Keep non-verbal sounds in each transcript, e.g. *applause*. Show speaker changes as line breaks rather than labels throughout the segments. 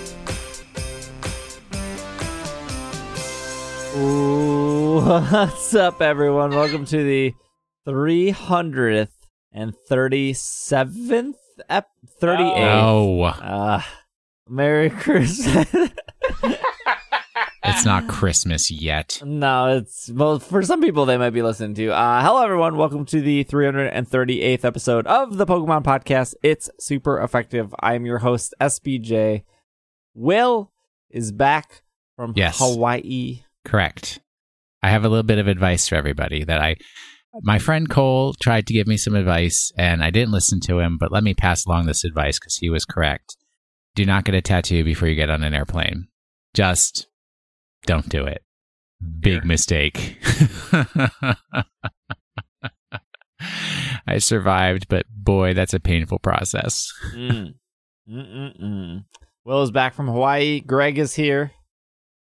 *laughs* What's up, everyone? Welcome to the 337th ep- 38th.
No,
Uh, Merry *laughs* Christmas.
it's not Christmas yet.
no, it's, well, for some people, they might be listening to. Uh, hello, everyone. Welcome to the 338th episode of the Pokemon Podcast. It's super effective. I'm your host, SBJ. Will is back from
Yes.
Hawaii.
Correct. I have a little bit of advice for everybody that I, my friend Cole tried to give me some advice and I didn't listen to him, but let me pass along this advice because he was correct. Do not get a tattoo before you get on an airplane. Just don't do it. Big mistake. *laughs* I survived, but boy, that's a painful process.
Mm. Mm-mm-mm. Will is back from Hawaii. Greg is here.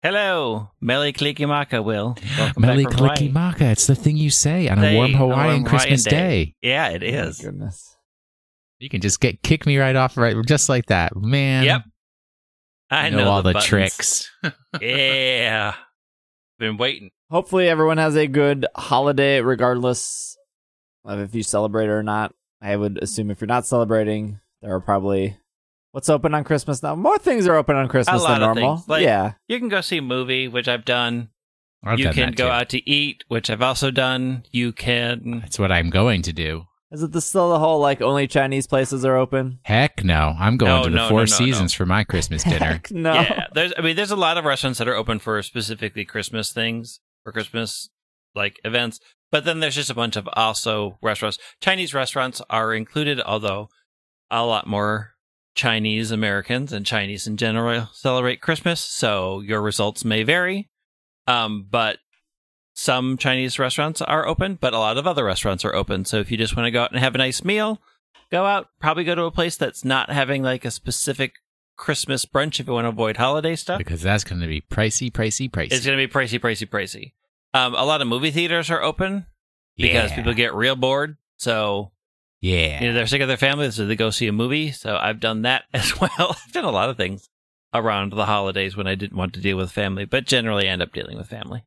Hello, Meli Klikimaka, Will. Welcome
Meli
back from Hawaii.
Clicky Maka, it's the thing you say on a
Day,
warm
a warm
Hawaiian Christmas
Hawaiian
day.
day. Yeah, it
Oh my
is.
goodness.
You can just get kick me right off, right, just like that, man.
Yep. I know,
all the,
buttons.
tricks.
*laughs* yeah. Been waiting.
Hopefully, everyone has a good holiday, regardless of if you celebrate or not. I would assume if you're not celebrating, there are probably what's open on Christmas now. More things are open on Christmas
lot
than
of
normal.
things, like-
yeah,
You can go see a movie, which I've done.
I've
you
done
can
that
go
too.
out to eat, which I've also done. You can.
That's what I'm going to do.
is it the, still the whole like only Chinese places are open?
Heck no, I'm going
No,
to the
no,
Four
no, no,
Seasons for
*laughs*
my Christmas dinner.
*laughs* Heck no.
Yeah. *laughs* There's. I mean, there's a lot of restaurants that are open for specifically Christmas things or Christmas like events, but then there's just a bunch of also restaurants. Chinese restaurants are included, although a lot more Chinese Americans and Chinese in general celebrate Christmas, so your results may vary. Um, but some Chinese restaurants are open, but a lot of other restaurants are open. So if you just want to go out and have a nice meal, go out. Probably go to a place that's not having like a specific Christmas brunch if you want to avoid holiday stuff.
because that's going to be pricey, pricey, pricey.
It's going to be pricey, pricey, pricey. Um, a lot of movie theaters are open because
yeah.
people get real bored. So
yeah.
you know, they're sick of their families, so they go see a movie. So I've done that *laughs* as well. I've done a lot of things around the holidays when I didn't want to deal with family, but generally end up dealing with family.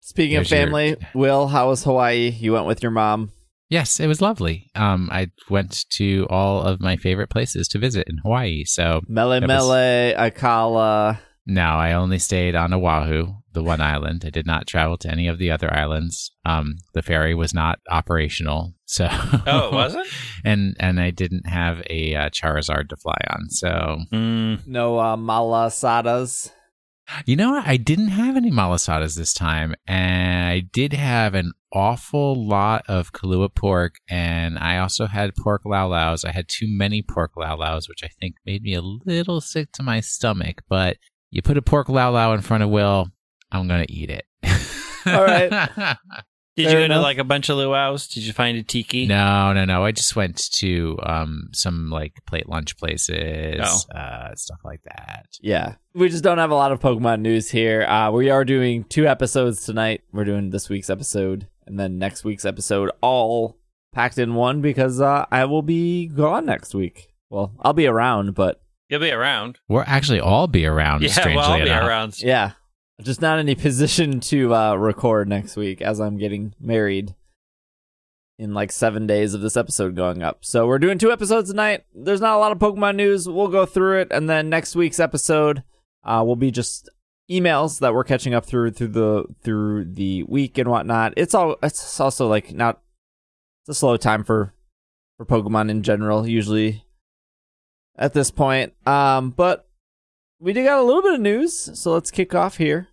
Speaking of
There's your-
family, Will, how was Hawaii? You went with your mom.
Yes, it was lovely. Um, I went to all of my favorite places to visit in Hawaii. So
Mele
That was-
Mele, Akala.
no, I only stayed on Oahu, the one island. I did not travel to any of the other islands. Um, the ferry was not operational, so
Oh, it wasn't?
*laughs* and and I didn't have a uh, Charizard to fly on. So
*laughs* mm,
No uh, Malasadas.
you know, what? I didn't have any malasadas this time, and I did have an awful lot of Kahlua pork, and I also had pork lao laos. I had too many pork lao laos, which I think made me a little sick to my stomach. But you put a pork lao lao in front of Will, I'm gonna eat it.
All right.
Did
Fair
you go
enough.
to like a bunch of luau's? Did you find a tiki?
*laughs* No, no, no. I just went to um, some like plate lunch places,
Oh.
uh, stuff like that.
Yeah. We just don't have a lot of Pokemon news here. Uh, we are doing two episodes tonight. We're doing this week's episode and then next week's episode all packed in one because uh, I will be gone next week. Well, I'll be around, but
You'll be around.
We'll actually all be around,
yeah,
strangely
well, I'll be
enough.
around.
yeah, just not in a *laughs* position to uh, record next week as I'm getting married in like seven days of this episode going up. So we're doing two episodes tonight. There's not a lot of Pokemon news. We'll go through it, and then next week's episode uh, will be just emails that we're catching up through through the through the week and whatnot. It's all it's also like not it's a slow time for for Pokemon in general usually at this point. Um, but we do got a little bit of news, so let's kick off here.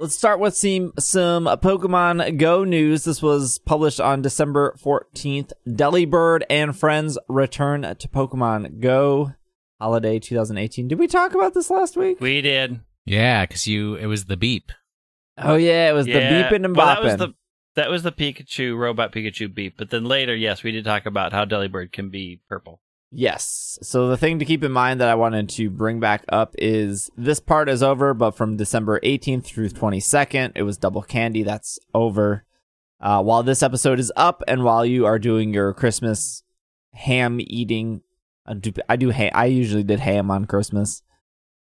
Let's start with some some Pokemon Go news. This was published on December 14th. Delibird and friends return to Pokemon Go holiday 2018. Did we talk about this last week?
We did.
Yeah, because you it was the beep.
Oh yeah, it was
Yeah.
the beeping and bopping.
Well, that was the that was the Pikachu robot Pikachu beep. But then later, yes, we did talk about how Delibird can be purple.
Yes. So the thing to keep in mind that I wanted to bring back up is this part is over, but from December 18th through 22nd, it was double candy. That's over. Uh, while this episode is up and while you are doing your Christmas ham eating, I do, I do ha- I usually did ham on Christmas.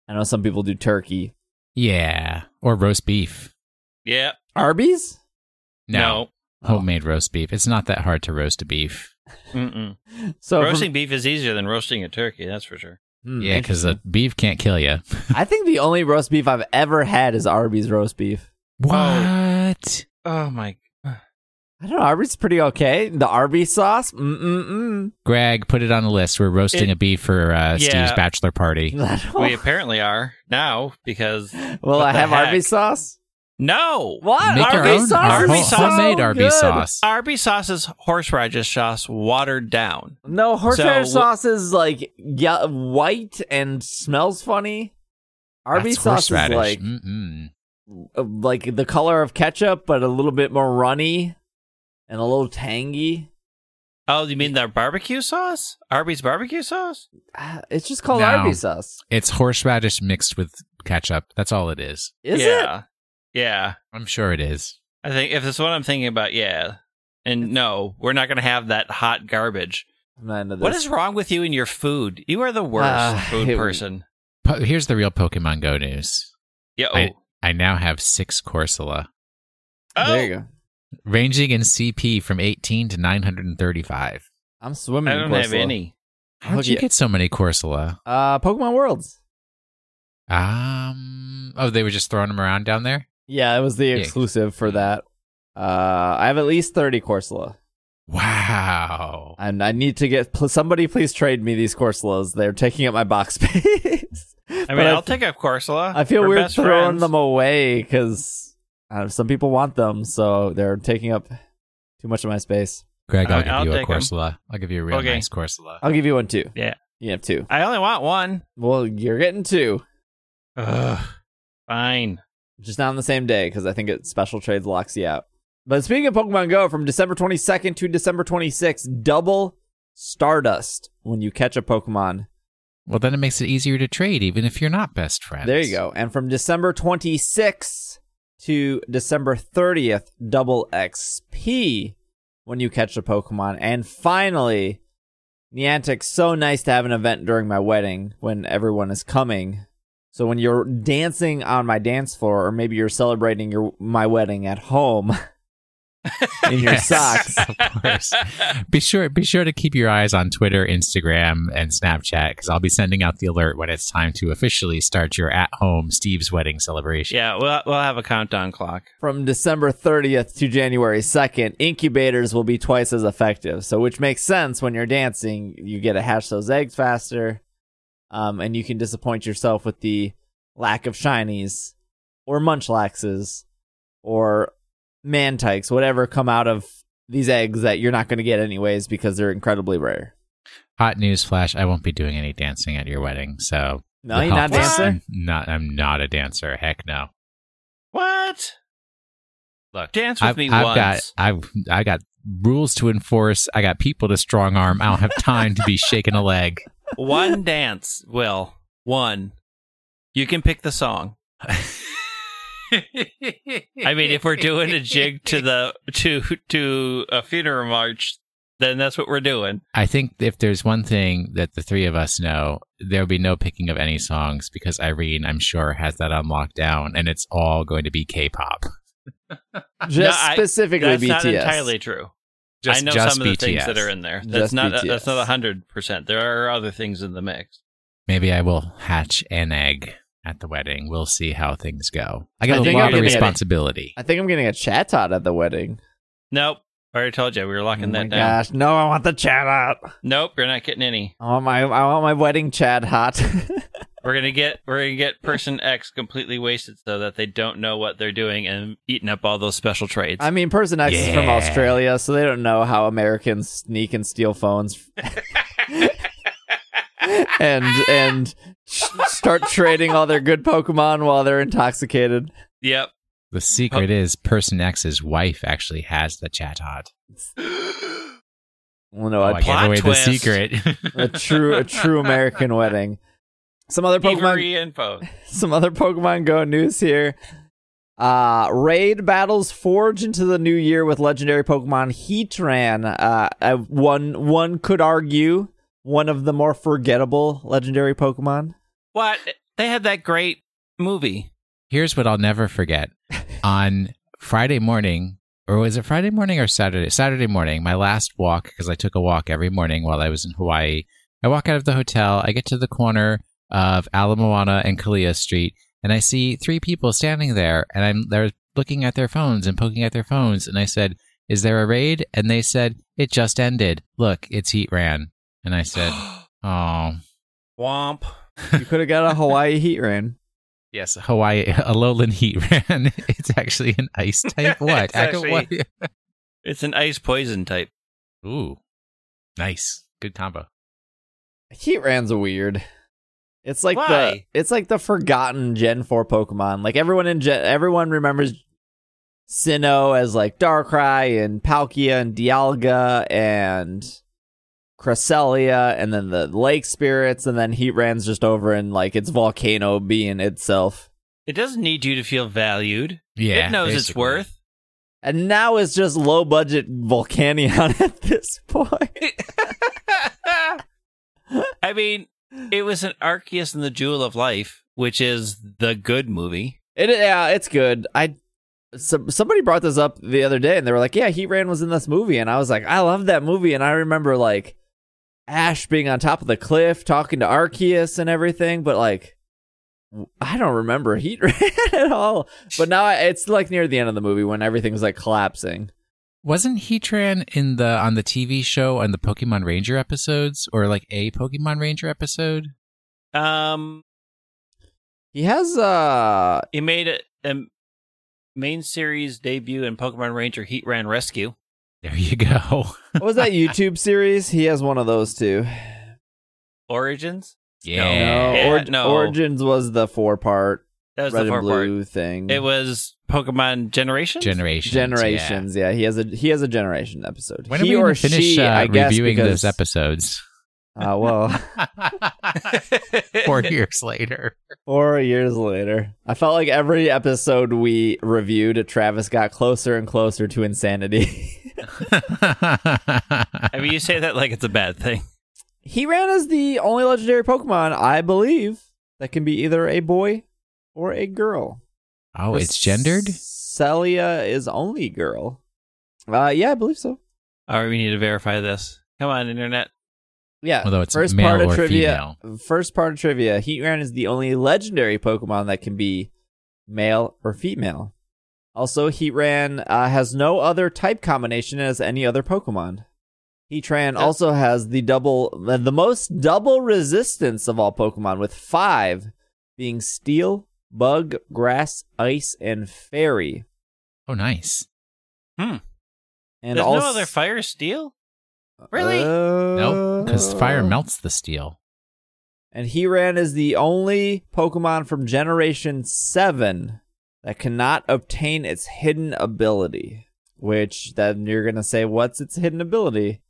I know some people do turkey.
Yeah, or roast beef.
Yeah.
Arby's?
No.
No.
Homemade roast beef. It's not that hard to roast a beef.
Mm-mm.
So from-
Roasting beef is easier than roasting a turkey, that's for sure.
Hmm,
Yeah, because the beef can't kill you.
I think the only roast beef I've ever had is Arby's roast beef.
What?
Oh my!
I don't know. Arby's is pretty okay. The Arby's sauce, mm mm
Greg, put it on the list. We're roasting
It-
a beef for uh, Steve's
Yeah.
bachelor party.
mm.
We apparently are now
*gasps*
because
Will
What
I
the
have
heck?
Arby's sauce?
No,
What
Make our
Arby's
own
sauce?
our
is
Arby's
home-
so
sauce.
homemade Arby's
good.
sauce.
Arby's sauce is horseradish sauce watered down.
No, horseradish
So-
sauce is like ye- white and smells funny. Arby's
That's
sauce is
horseradish.
like
Mm-mm.
uh, like the color of ketchup, but a little bit more runny and a little tangy.
Oh, you mean their barbecue sauce? Arby's barbecue sauce?
Ah, It's just called
No.
Arby's sauce.
It's horseradish mixed with ketchup. That's all it is.
Is it?
yeah. Yeah.
I'm sure it is.
I think if it's what I'm thinking about, yeah. And no, we're not going to have that hot garbage.
I'm not into
What
this.
is wrong with you and your food? You are the worst
Ah,
food
it-
person.
Po- here's the real Pokemon Go news.
Yeah. Oh.
I- I now have six Corsola,
oh.
There you go.
ranging in CP from 18 to 935.
I'm swimming.
I
in
don't have
Corsola.
any.
How
Look
did you
at-
get so many Corsola?
Uh, Pokemon Worlds.
Um, oh, they were just throwing them around down there.
Yeah, it was the
Yeah.
exclusive
Mm.
for that. Uh, I have at least thirty Corsola,
Wow.
and I need to get pl- somebody. Please trade me these Corsolas. They're taking up my box *laughs* space.
I mean, I'll take a Corsola.
I feel
We're
weird
best
throwing
friends.
them away because some people want them, so they're taking up too much of my space.
Greg, I'll
Alright,
give
I'll
you a
take 'em.
Corsola. I'll give you a real
Okay.
nice Corsola.
I'll give you one too.
Yeah.
You have two.
I only want one.
Well, you're getting two,
Ugh. Fine.
just not on the same day because I think it special trades locks you out. But speaking of Pokemon Go, from December 22nd to December 26th, double Stardust when you catch a Pokemon
Well, then it makes it easier to trade, even if you're not best friends.
There
*laughs*
you go. And from December 26th to December 30th, double XP when you catch a Pokemon. And finally, Niantic, so nice to have an event during my wedding when everyone is coming. So when you're dancing on my dance floor, or maybe you're celebrating your my wedding at home in your
Yes.
socks,
of course. Be sure, be sure to keep your eyes on Twitter, Instagram, and Snapchat because I'll be sending out the alert when it's time to officially start your at-home Steve's wedding celebration.
Yeah, we'll we'll have a countdown clock.
from December 30th to January 2nd, incubators will be twice as effective. So, which makes sense when you're dancing, you get to hatch those eggs faster, um, and you can disappoint yourself with the lack of shinies or munchlaxes or mantikes, whatever come out of these eggs that you're not going to get anyways because they're incredibly rare.
Hot news flash: I won't be doing any dancing at your wedding, so
No, you're not a
helpless.
dancer.
*laughs*
I'm not, I'm not a dancer. Heck no.
What?
Look,
dance with
I've,
me
I've
once.
got, I've, I got rules to enforce. I got people to strong arm. I don't have time to
*laughs*
be shaking a leg.
One dance, Will. One. You can pick the song. I mean, if we're doing a jig to *laughs* the to to a funeral march, then that's what we're doing.
I think if there's one thing that the three of us know, there'll be no picking of any songs because Irene, I'm sure, has that on lockdown, and it's all going to be K-pop.
Just
No, I-
specifically
That's
BTS.
not entirely true.
Just,
I know
just
some of the
BTS.
things that are in there. That's
Just
not
BTS.
that's not hundred percent. There are other things in the mix.
Maybe I will hatch an egg at the wedding. We'll see how things go. I
I
got a
think
lot
I'm
of
gonna get it.
responsibility.
I think I'm getting a chat out at the wedding.
Nope. I already told you we were locking
oh my
that down.
gosh. No, I want the chat out.
Nope, you're not getting any.
I want my I want my wedding Chad hot. *laughs*
We're gonna get we're gonna get person X completely wasted so that they don't know what they're doing and eating up all those special trades.
I mean, Person X is from
Yeah.
Australia, so they don't know how Americans sneak and steal phones, *laughs* and and s- start trading all their good Pokemon while they're intoxicated.
yep.
The secret is Person X's wife actually has the chat hot.
Well, no,
Oh,
a,
I gave
plot
away
twist.
the secret. *laughs*
a true a true American wedding. Some other Pokemon
Thievery info.
some other Pokemon Go news here. Uh, raid battles forge into the new year with legendary Pokemon Heatran. Uh, uh, one one could argue one of the more forgettable legendary Pokemon.
What? They had that great movie.
Here's what I'll never forget. On Friday morning, or was it Friday morning or Saturday? Saturday morning, my last walk, because I took a walk every morning while I was in Hawaii. I walk out of the hotel, I get to the corner of Alamoana and Kalia Street, and I see three people standing there, and I'm they're looking at their phones and poking at their phones, and I said, Is there a raid? And they said, It just ended. Look, it's Heat Ran. And I said, Oh,
*gasps* Womp.
You could have got a Hawaii heat rain.
Yes, Hawaii, *laughs* a lowland heat ran. *laughs* It's actually an
*laughs*
ice type. What?
It's actually- It's an ice poison type.
Ooh, nice, good combo.
Heat ran's weird. It's like
Why?
the it's like the forgotten Gen four Pokemon. Like everyone in Gen, everyone remembers Sinnoh as like Darkrai and Palkia and Dialga and Cresselia and then the Lake Spirits and then Heat ran's just over and like it's volcano being itself.
It doesn't need you to feel valued.
Yeah,
it knows its
basically.
worth.
And now it's just low budget Volcanion *laughs* at this point.
I mean, it was an Arceus and the Jewel of Life, which is the good movie.
It yeah, it's good. I some, somebody brought this up the other day, and they were like, "Yeah, Heat Ran was in this movie," and I was like, "I love that movie," and I remember like Ash being on top of the cliff talking to Arceus and everything, but like I don't remember *laughs* Heat Ran at all. But now I, it's like near the end of the movie when everything's like collapsing.
Wasn't Heatran in the on the TV show on the Pokemon Ranger episodes or like a Pokemon Ranger episode?
Um,
He has uh
it made a, a main series debut in Pokemon Ranger Heat Ran Rescue.
There you go. *laughs*
what was
*laughs*
that YouTube series? He has one of those too.
Origins?
No,
Oh, Yeah,
Orig-
no.
Origins was the four part
That was
red
the four
and
part.
blue thing.
It was Pokemon Generations? *laughs*
generations. yeah.
generations. Yeah. he has a he has a generation episode.
When are
he
we
or
gonna finish
she,
uh,
I guess,
reviewing
because,
those episodes?
Uh, *laughs* well,
*laughs* Four years later. *laughs*
four years later, I felt like every episode we reviewed, Travis got closer and closer to insanity. *laughs*
I mean, you say that like it's a bad thing. *laughs*
he ran as the only legendary Pokemon, I believe, that can be either a boy or a girl.
oh, it's gendered.
Celia is only girl. Uh, yeah, I believe so.
All right, we need to verify this. Come on, internet.
Yeah.
Although it's
first
male
part of
or
trivia. First part of trivia. Heatran is the only legendary Pokemon that can be male or female. Also, Heatran uh, has no other type combination as any other Pokemon. Heatran
Yeah.
also has the double, the the most double resistance of all Pokemon, with five being Steel, Bug, Grass, Ice, and Fairy.
Oh, nice.
And Uh,
There's
all
no other
*laughs*
fire steel? *laughs* Really?
No,
no,
because fire
uh,
melts the steel.
And Heran is the only Pokemon from Generation 7 that cannot obtain its hidden ability. Which then you're going to say, what's its hidden ability?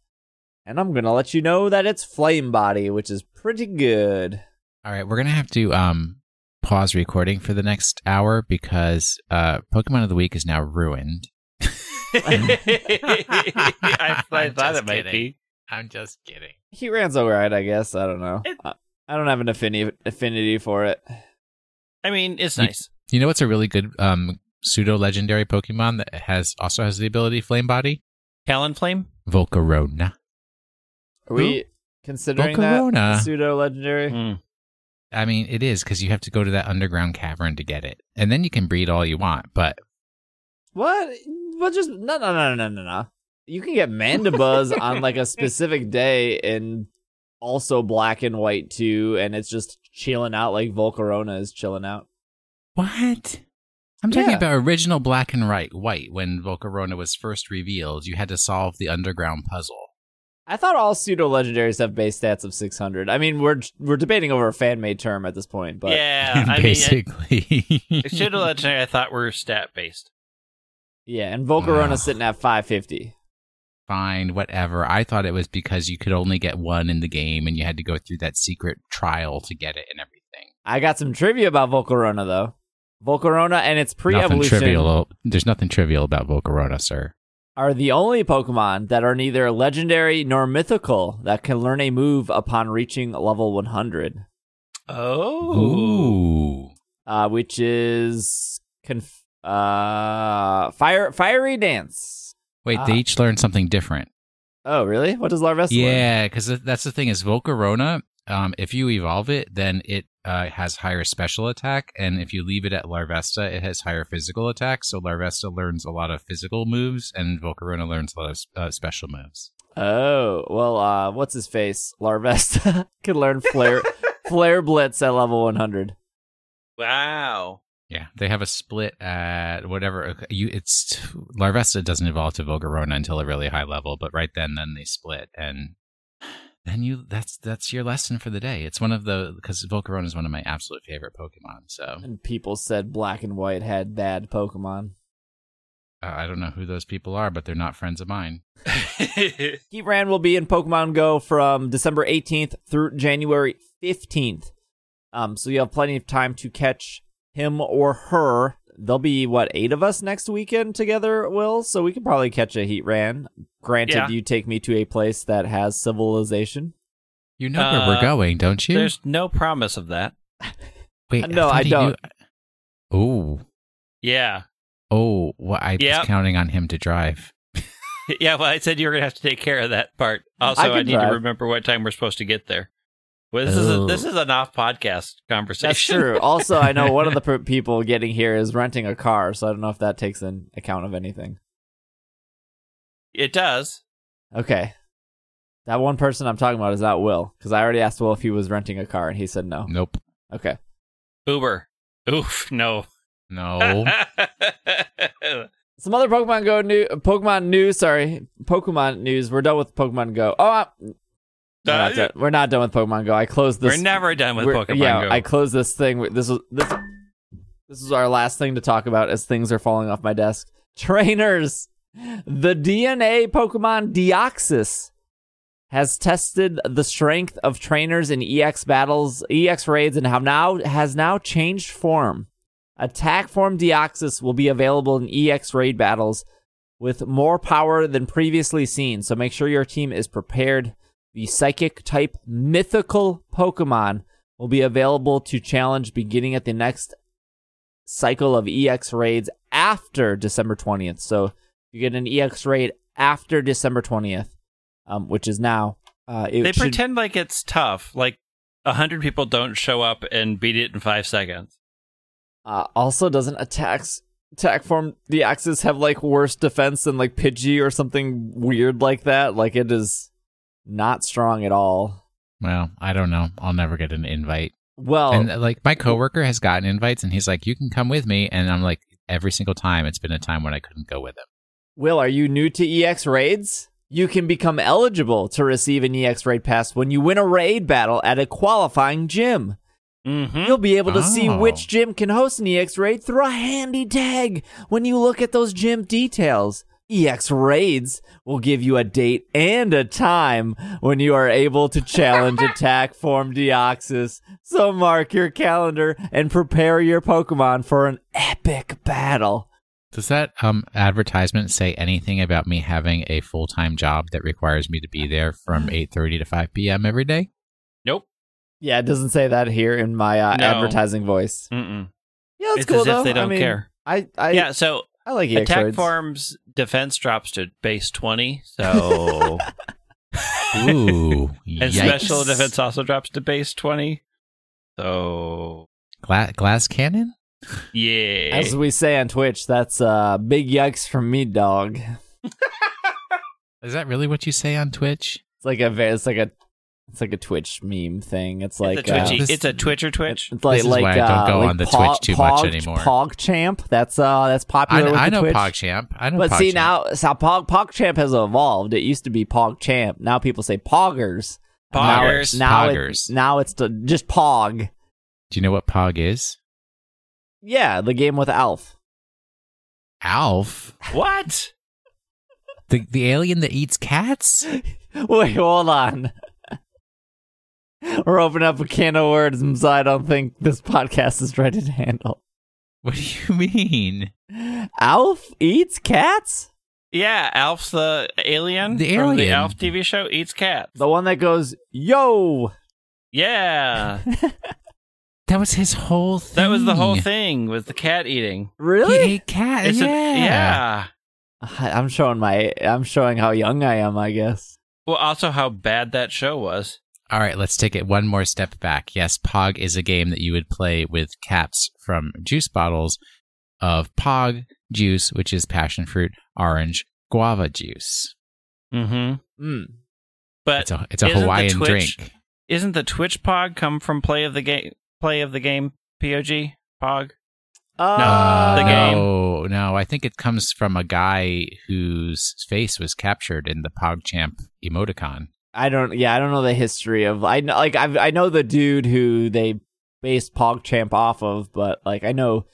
And I'm going to let you know that it's Flame Body, which is pretty good.
All right, we're gonna have to um pause recording for the next hour because uh Pokemon of the Week is now ruined.
I, I
I'm
thought
just
it might
kidding.
be.
I'm just kidding.
Heran's alright, I guess. I don't know. I, I don't have an affinity, affinity for it.
I mean, it's
You-
nice.
You know what's a really good um pseudo legendary Pokemon that has also has the ability Flame Body?
Talon Flame?
Volcarona.
Are we considering
Volcarona.
that pseudo legendary?
Mm.
I mean, it is because you have to go to that underground cavern to get it, and then you can breed all you want. But
What? But just no, no, no, no, no, no. You can get Mandibuzz on like a specific day and also black and white too, and it's just chilling out like Volcarona is chilling out.
what? I'm talking
Yeah.
about original black and right, white. When Volcarona was first revealed, you had to solve the underground puzzle.
I thought all pseudo legendaries have base stats of 600. I mean, we're we're debating over a fan made term at this point, but
*laughs*
yeah, *laughs* I mean,
Basically,
it should have legendary. I thought were stat based.
yeah, and Volcarona's
*sighs* Wow.
sitting at 550.
fine, whatever. I thought it was because you could only get one in the game, and you had to go through that secret trial to get it and everything.
I got some trivia about Volcarona though. Volcarona and its
Nothing
pre-evolution
trivial. There's nothing trivial about Volcarona, sir.
are the only Pokemon that are neither legendary nor mythical that can learn a move upon reaching level 100,
Oh.
uh, which is conf- Uh, fire, fiery dance.
Wait,
Ah.
they each learn something different.
Oh, really? What does Larvest learn?
Yeah, because that's the thing is Volcarona. Um, if you evolve it, then it uh, has higher special attack, and if you leave it at Larvesta, it has higher physical attack. So Larvesta learns a lot of physical moves, and Volcarona learns a lot of uh, special moves.
Oh, well, uh, what's his face? Larvesta *laughs* could learn flare, flare blitz at level 100.
Wow. *laughs*
Yeah, they have a split at whatever. uh, You, it's Larvesta doesn't evolve to Volcarona until a really high level, but right then, then they split, and then you. That's that's your lesson for the day. It's one of the because Volcarona is one of my absolute favorite Pokemon. So
And people said black and white had bad Pokemon.
uh, I don't know who those people are, but they're not friends of mine.
Heatran will be in Pokemon Go from December 18th through January 15th. Um, so you have plenty of time to catch him or her. There'll be what eight of us next weekend together, Will. So we could probably catch a Heatran. Granted,
Yeah.
you take me to a place that has civilization.
You know where we're
Uh,
going, don't you?
There's no promise of that.
Wait,
no,
thought
I
he
don't.
knew- Oh,
Yeah.
oh, well, I
Yep.
was counting on him to drive.
*laughs* Yeah, well, I said you were going to have to take care of that part. Also,
I can
I, need
drive.
to remember what time we're supposed to get there. Well, this is a,
Oh.
this is an off podcast conversation.
That's true. also, I know one of the per- people getting here is renting a car, so I don't know if that takes in account of anything.
*laughs* It does.
Okay. That one person I'm talking about is not Will, because I already asked Will if he was renting a car, and he said no.
Nope,
Okay.
Uber. Oof, no. *laughs*
no.
some other Pokemon Go new Pokemon news. Sorry, Pokemon news. We're done with Pokemon Go. Oh, I- we're, not done, we're not done with Pokemon Go. I closed this.
we're never done with
we're-
Pokemon
yeah,
Go.
I closed this thing. with- This was this. This is our last thing to talk about as things are falling off my desk. Trainers, the DNA Pokemon Deoxys has tested the strength of trainers in EX battles, EX raids, and have now has now changed form. Attack form Deoxys will be available in EX raid battles with more power than previously seen. So make sure your team is prepared. The psychic type mythical Pokemon will be available to challenge beginning at the next cycle of EX raids after December 20th. So you get an EX raid after December 20th, um, which is now. Uh, it
they
should-
pretend like it's tough. Like a hundred people don't show up and beat it in five seconds.
Uh, also, doesn't attacks attack form the axis have like worse defense than like Pidgey or something weird like that? Like it is not strong at all.
well, I don't know. I'll never get an invite.
Well,
And uh, like my coworker has gotten invites, and he's like, "You can come with me," and I'm like, every single time, it's been a time when I couldn't go with him.
Will, are you new to EX raids? You can become eligible to receive an EX raid pass when you win a raid battle at a qualifying gym.
Mm-hmm.
You'll be able to see
Oh.
which gym can host an EX raid through a handy tag when you look at those gym details. EX raids will give you a date and a time when you are able to challenge attack form Deoxys. So mark your calendar and prepare your Pokemon for an epic battle.
Does that um advertisement say anything about me having a full time job that requires me to be there
*gasps*
from eight thirty to five p.m. every day?
Nope.
Yeah, it doesn't say that here in my uh,
No.
advertising voice.
Mm-mm.
Yeah, that's
It's
cool
as if
though.
they
I
don't
mean,
care.
I, I,
yeah. So
I like E EX
attack
raids.
form's defense drops to base twenty.
*laughs*
So
*laughs* Ooh,
and
yikes.
special defense also drops to base twenty. So
Gla- glass cannon.
yeah.
As we say on Twitch, that's uh, big yikes from me, dog.
Is that really what you say on Twitch?
It's like a ve- it's like a it's like a Twitch meme thing. It's like
it's a twitchy.
uh,
this-
it's a Twitcher
*laughs*
Twitch.
it's like
This is
like
why I don't
uh,
go
like
on the
Pog-
Twitch too much
Pog-
anymore.
PogChamp. That's uh that's
I,
popular with
I
the
know
Twitch.
PogChamp. I know
But see
PogChamp.
now, so Pog PogChamp has evolved. It used to be PogChamp. Now people say Poggers. And now it-
Poggers.
Now, it-
Poggers.
now it's the- just Pog.
Do you know what Pog is?
Yeah, the game with Alf. *laughs*
Alf,
What?
the the alien that eats
*gasps*
cats.
Wait, hold on. *laughs* We're opening up a can of worms I don't think this podcast is ready to handle.
What do you mean?
Alf eats cats?
Yeah, Alf's the alien.
The
from the
alien.
Alf TV show eats cats.
*laughs*
The one that goes, yo!
Yeah.
That was his whole thing.
That was the whole thing was the cat eating.
He ate cat.
It's
Uh, yeah.
an- yeah.
I- *laughs* I'm showing my I'm showing how young I am, I guess.
Well, also how bad that show was.
All right, let's take it one more step back. Yes, Pog is a game that you would play with caps from juice bottles of Pog juice, which is passion fruit, orange, guava juice.
Mm-hmm.
Mm.
But
It's a it's a
Isn't the
Hawaiian
Twitch-
drink.
isn't the Twitch Pog come from play of the game? Play of the game, POG Pog.
Uh,
Uh,
the game.
no, no, I think it comes from a guy whose face was captured in the PogChamp emoticon.
I don't. Yeah, I don't know the history of. I know, like I I know the dude who they based PogChamp off of, but like I know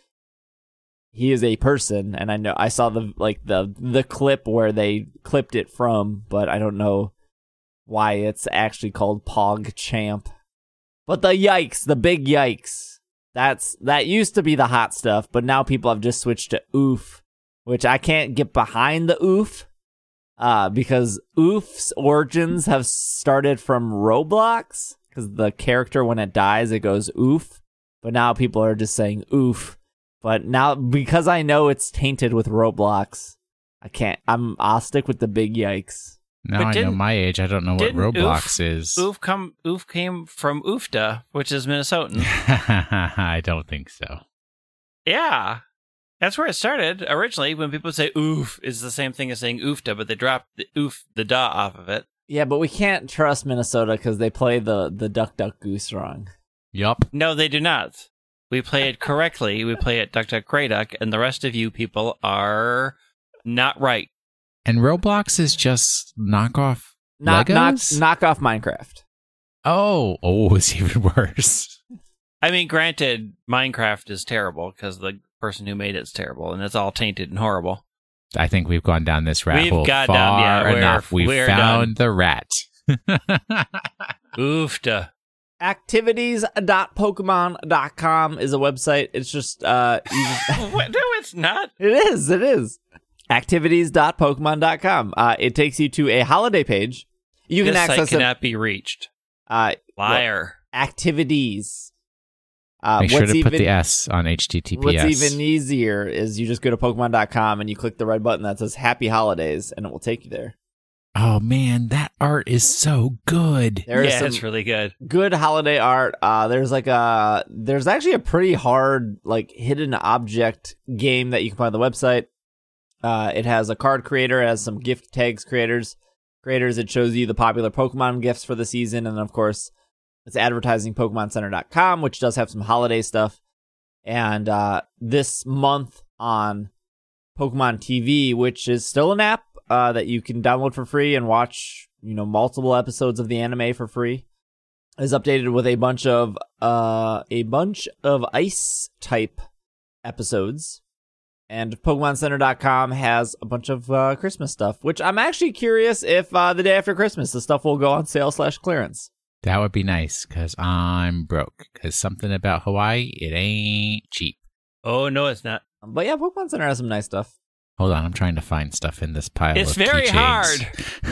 he is a person, and I know I saw the like the the clip where they clipped it from, but I don't know why it's actually called PogChamp. But the yikes, the big yikes. That's that used to be the hot stuff, but now people have just switched to oof, which I can't get behind the oof uh, because Oof's origins have started from Roblox. Because the character, when it dies, it goes oof. But now people are just saying oof. But now, because I know it's tainted with Roblox, I can't. I'm. I'll stick with the big yikes.
Now
But
I know
didn't-
my age. I don't know what
didn't
Roblox is.
Oof come Oof came from Oofda, which is
*laughs*
Minnesotan.
*laughs* I don't think so.
yeah, that's where it started originally. When people say Oof, is the same thing as saying Oofda, but they dropped the Oof the da off of it.
Yeah, but we can't trust Minnesota because they play the the duck duck goose wrong.
Yup.
No, they do not. We play it correctly. we play it Duck Duck Grey Duck, and the rest of you people are not right.
And Roblox is just knockoff.
Knock knock
Legos?
knock off Minecraft.
Oh, oh, *laughs* it's even worse.
I mean, granted, Minecraft is terrible because the person who made it's terrible, and it's all tainted and horrible.
I think we've gone down this rat
We've
hole
got
far
down- yeah, we're-
enough. We've
we're
found the rat.
*laughs* Oofda.
*laughs*
Activities.pokemon.com is a website. It's just uh, you just-
*laughs* what? No, it's not.
It is. It is. Activities.pokemon.com. Uh, it takes you to a holiday page. You can
this site
access it.
cannot be reached.
Uh,
Liar.
activities. Uh,
Make sure to
what's
put
even-
the S on HTTPS.
What's even easier is you just go to Pokemon.com and you click the red button that says Happy Holidays and it will take you there.
oh man, that art is so good.
There is
yeah,
some
it's really good.
good holiday art. Uh, there's like a there's actually a pretty hard like hidden object game that you can find on the website. Uh, it has a card creator, it has some gift tags creators, creators. It shows you the popular Pokemon gifts for the season, and then of course, it's advertising PokemonCenter.com, which does have some holiday stuff. And uh, this month on Pokemon TV, which is still an app uh, that you can download for free and watch, you know, multiple episodes of the anime for free is updated with a bunch of uh a bunch of ice type episodes and pokemoncenter.com has a bunch of uh, christmas stuff which i'm actually curious if uh, the day after christmas the stuff will go on sale slash clearance
That would be nice because I'm broke. Because something about Hawaii, it ain't cheap.
Oh no, it's not.
Um, but yeah pokemon center has some nice
*laughs*
stuff
Hold on, I'm trying to find stuff in this pile.
It's
of
very
keychains.
hard.
*laughs*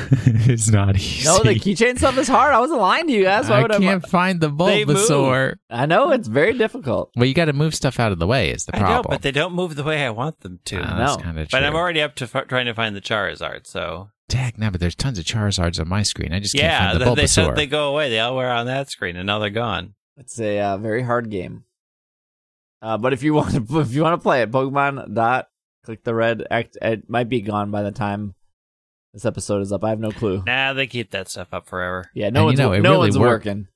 it's not easy.
no the keychain stuff is hard i wasn't lying to you guys why
I
would I,
can't find the
They move.
Bulbasaur.
I know it's very difficult
Well, you got to move stuff out of the way. Is the
I know,
problem?
but they don't move the way I want them to.
Ah,
No.
that's kind of true.
but I'm already up to f- trying to find the Charizard. So
Dag, no, but there's tons of Charizards on my screen. I just
yeah,
can't
th-
find the
they said
Bulbasaur.
they go away. They all were on that screen, and now they're gone.
It's a uh, very hard game. Uh, but if you *laughs* want to, if you want to play it, Pokemon dot click the red. Act, it might be gone by the time this episode is up. I have no clue.
Nah, they keep that stuff up forever.
Yeah, no
And you
one's
know, it
no
really
one's
worked.
working.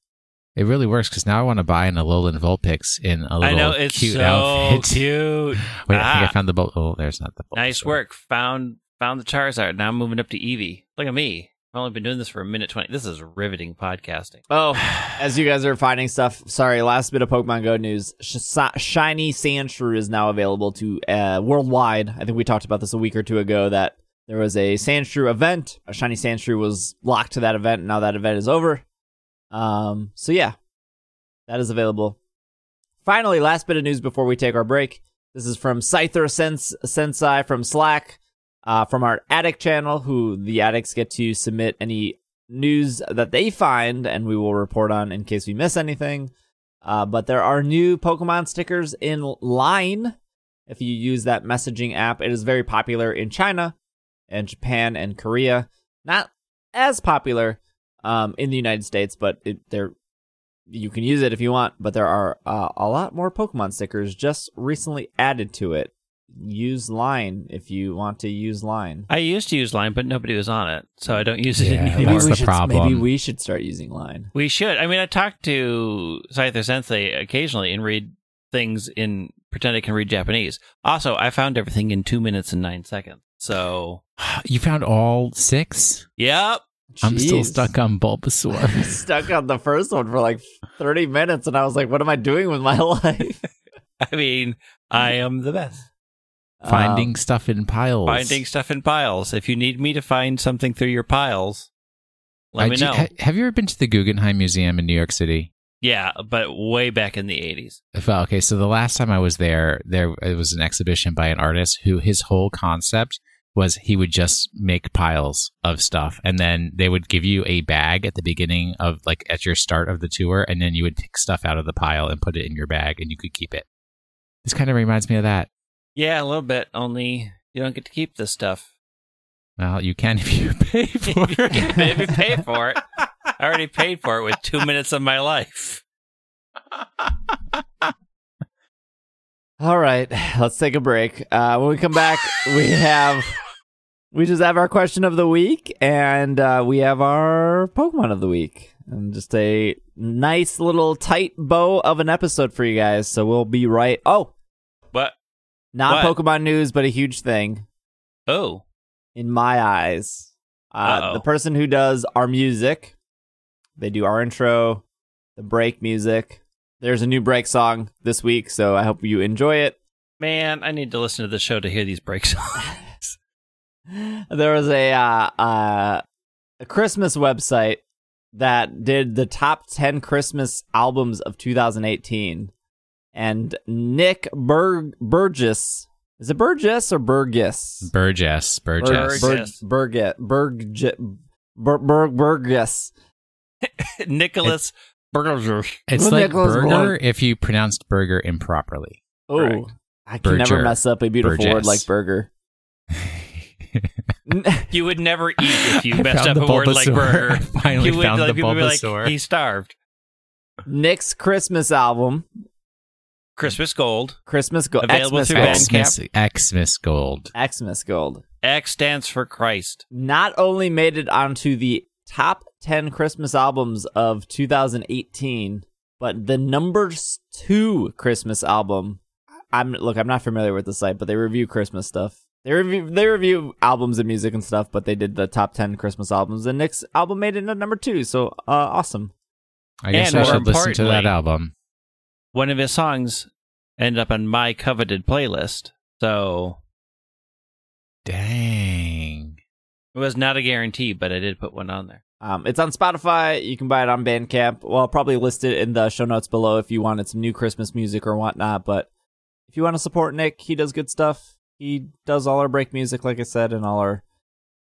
It really works because now I want to buy an Alolan Vulpix in a little
I know it's
cute
so
outfit.
*laughs*
*laughs*
cute.
Wait, I think
Ah.
I found the Bul. Oh, there's not the Bulbasaur.
Nice work. Found found the Charizard. Now I'm moving up to Eevee. Look at me. I've only been doing this for a minute twenty. This is riveting podcasting.
Oh, as you guys are finding stuff, sorry. Last bit of Pokemon Go news: Sh- Sa- Shiny Sandshrew is now available to uh, worldwide. I think we talked about this a week or two ago that there was a Sandshrew event. A Shiny Sandshrew was locked to that event. and Now that event is over. Um, so yeah, that is available. Finally, last bit of news before we take our break. This is from Scyther Sens- Sensei from Slack, uh, from our Attic channel, who the addicts get to submit any news that they find, and we will report on in case we miss anything. Uh, but there are new Pokemon stickers in line. If you use that messaging app, it is very popular in China and Japan and Korea. Not as popular um, in the United States, but it, there you can use it if you want. But there are uh, a lot more Pokemon stickers just recently added to it. Use line if you want to use line.
I used to use Line, but nobody was on it, so I don't use it
Yeah,
anymore.
Maybe
That's
we
the
should,
problem.
Maybe we should start using line.
We should. I mean, I talk to Scyther Sensei occasionally and read things in pretend I can read Japanese. Also, I found everything in two minutes and nine seconds. So,
*gasps* You found all six?
yep. *laughs*
I'm still
Jeez.
stuck on
*laughs*
Bulbasaur.
stuck on the first one for like 30 minutes and I was like, what am I doing with my *laughs* life?
I mean, I am the best.
Finding
Um,
stuff in piles.
Finding stuff in piles. If you need me to find something through your piles, let
I
me
ju-
know.
ha- have you ever been to the Guggenheim Museum in New York City?
yeah, but way back in the 80s.
If- well, Okay, so the last time I was there, there it was an exhibition by an artist who his whole concept was he would just make piles of stuff, and then they would give you a bag at the beginning of like at your start of the tour, and then you would pick stuff out of the pile and put it in your bag, and you could keep it. This kind of reminds me of that.
Yeah, a little bit, only you don't get to keep this *laughs* stuff.
Well, you can if
*laughs*
you *laughs* pay for
if
it.
you pay for it. I already paid for it with two minutes of my life.
Um, All right, let's take a break. Uh, when we come back, we have we just have our question of the week and uh, we have our Pokemon of the week. And just a nice little tight bow of an episode for you guys. So we'll be right. Oh,
But
not
What?
Pokemon news, but a huge thing
oh,
in my eyes. Uh,
Uh-oh.
the person who does our music, they do our intro, the break music. There's a new break song this week, so I hope you enjoy it.
man, I need to listen to the show to hear these breaks. *laughs*
there was a uh, uh, a Christmas website that did the top ten Christmas albums of 2018, and Nick Burg Burgess is it Burgess or Burgess?
Burgess, Burgess.
Burg-
Burgess Burgess Burgess Burgess.
Nicholas Burgers.
It's
Well,
like
Nicholas
burger
Blunt-
if you pronounced burger improperly.
Oh,
Correct.
I can never
Berger.
mess up a beautiful word
Burgess.
like burger. N-
You would never eat if you
*laughs* I
messed
found
up
the
a word like
Bulbasaur.
burger.
*laughs* I finally
you would
found
like
the
people would be
Bulbasaur.
like he starved.
Nick's Christmas album,
Christmas Gold.
Christmas Gold,
Available
Xmas
through
Gold,
Xmas, Xmas Gold.
Xmas Gold,
X stands for Christ.
not only made it onto the top ten Christmas albums of 2018, but the number s- two Christmas album. I'm look, I'm not familiar with the site, but they review Christmas stuff. They review they review albums and music and stuff, but they did the top ten Christmas albums, and Nick's album made it at number two. So uh, awesome.
I guess
And
I
more
should listen to that
importantly-
album.
One of his songs ended up on my coveted playlist. So
Dang.
it was not a guarantee, but I did put one on there.
Um, it's on Spotify. You can buy it on Bandcamp. Well, I'll probably list it in the show notes below if you wanted some new Christmas music or whatnot. But if you want to support Nick, he does good stuff. He does all our break music, like I said, and all our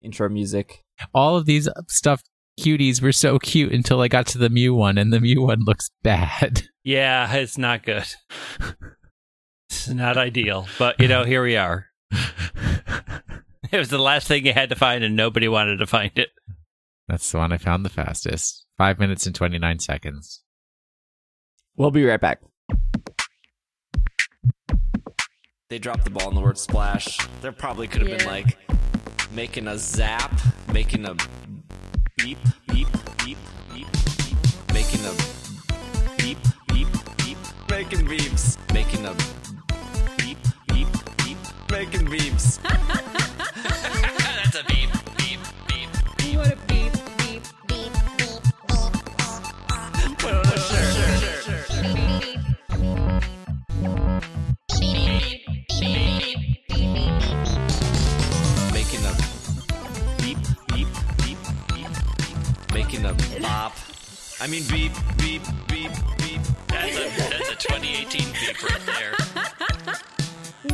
intro music.
All of these stuff cuties were so cute until I got to the Mew one, and the Mew one looks bad. *laughs*
Yeah, it's not good. it's not ideal, but you know, here we
*laughs*
are. It was the last thing you had to find, and nobody wanted to find it.
That's the one I found the fastest. Five minutes and 29 seconds.
We'll be right back. They dropped the ball in the word splash. There probably could have been like making a zap, making a beep, beep, beep, beep, beep, making a beep, beep, beep, making beeps, making a beep, beep, beep, making beeps. *laughs*
That's a beep, beep, beep.
What a beep, beep, beep, beep,
making a beep beep beep beep making a bop i mean beep beep beep beep
That's a, that's a 2018 beep right there.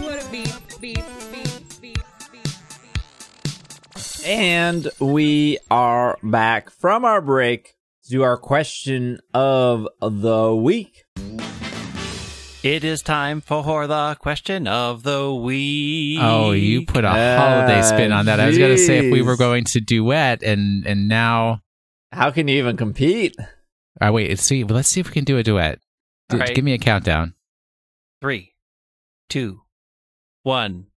what a beep, beep, beep, beep, beep.
And we are back from our break to do our question of the week.
It is time for the question of the week.
Oh, you put a
Ah,
holiday spin on that. I was gonna say if we were
jeez.
going to duet, and and now
How can you even compete?
I wait. Let's see. Let's see if we can do a duet. D-
All right.
Give me a countdown.
Three, two, one.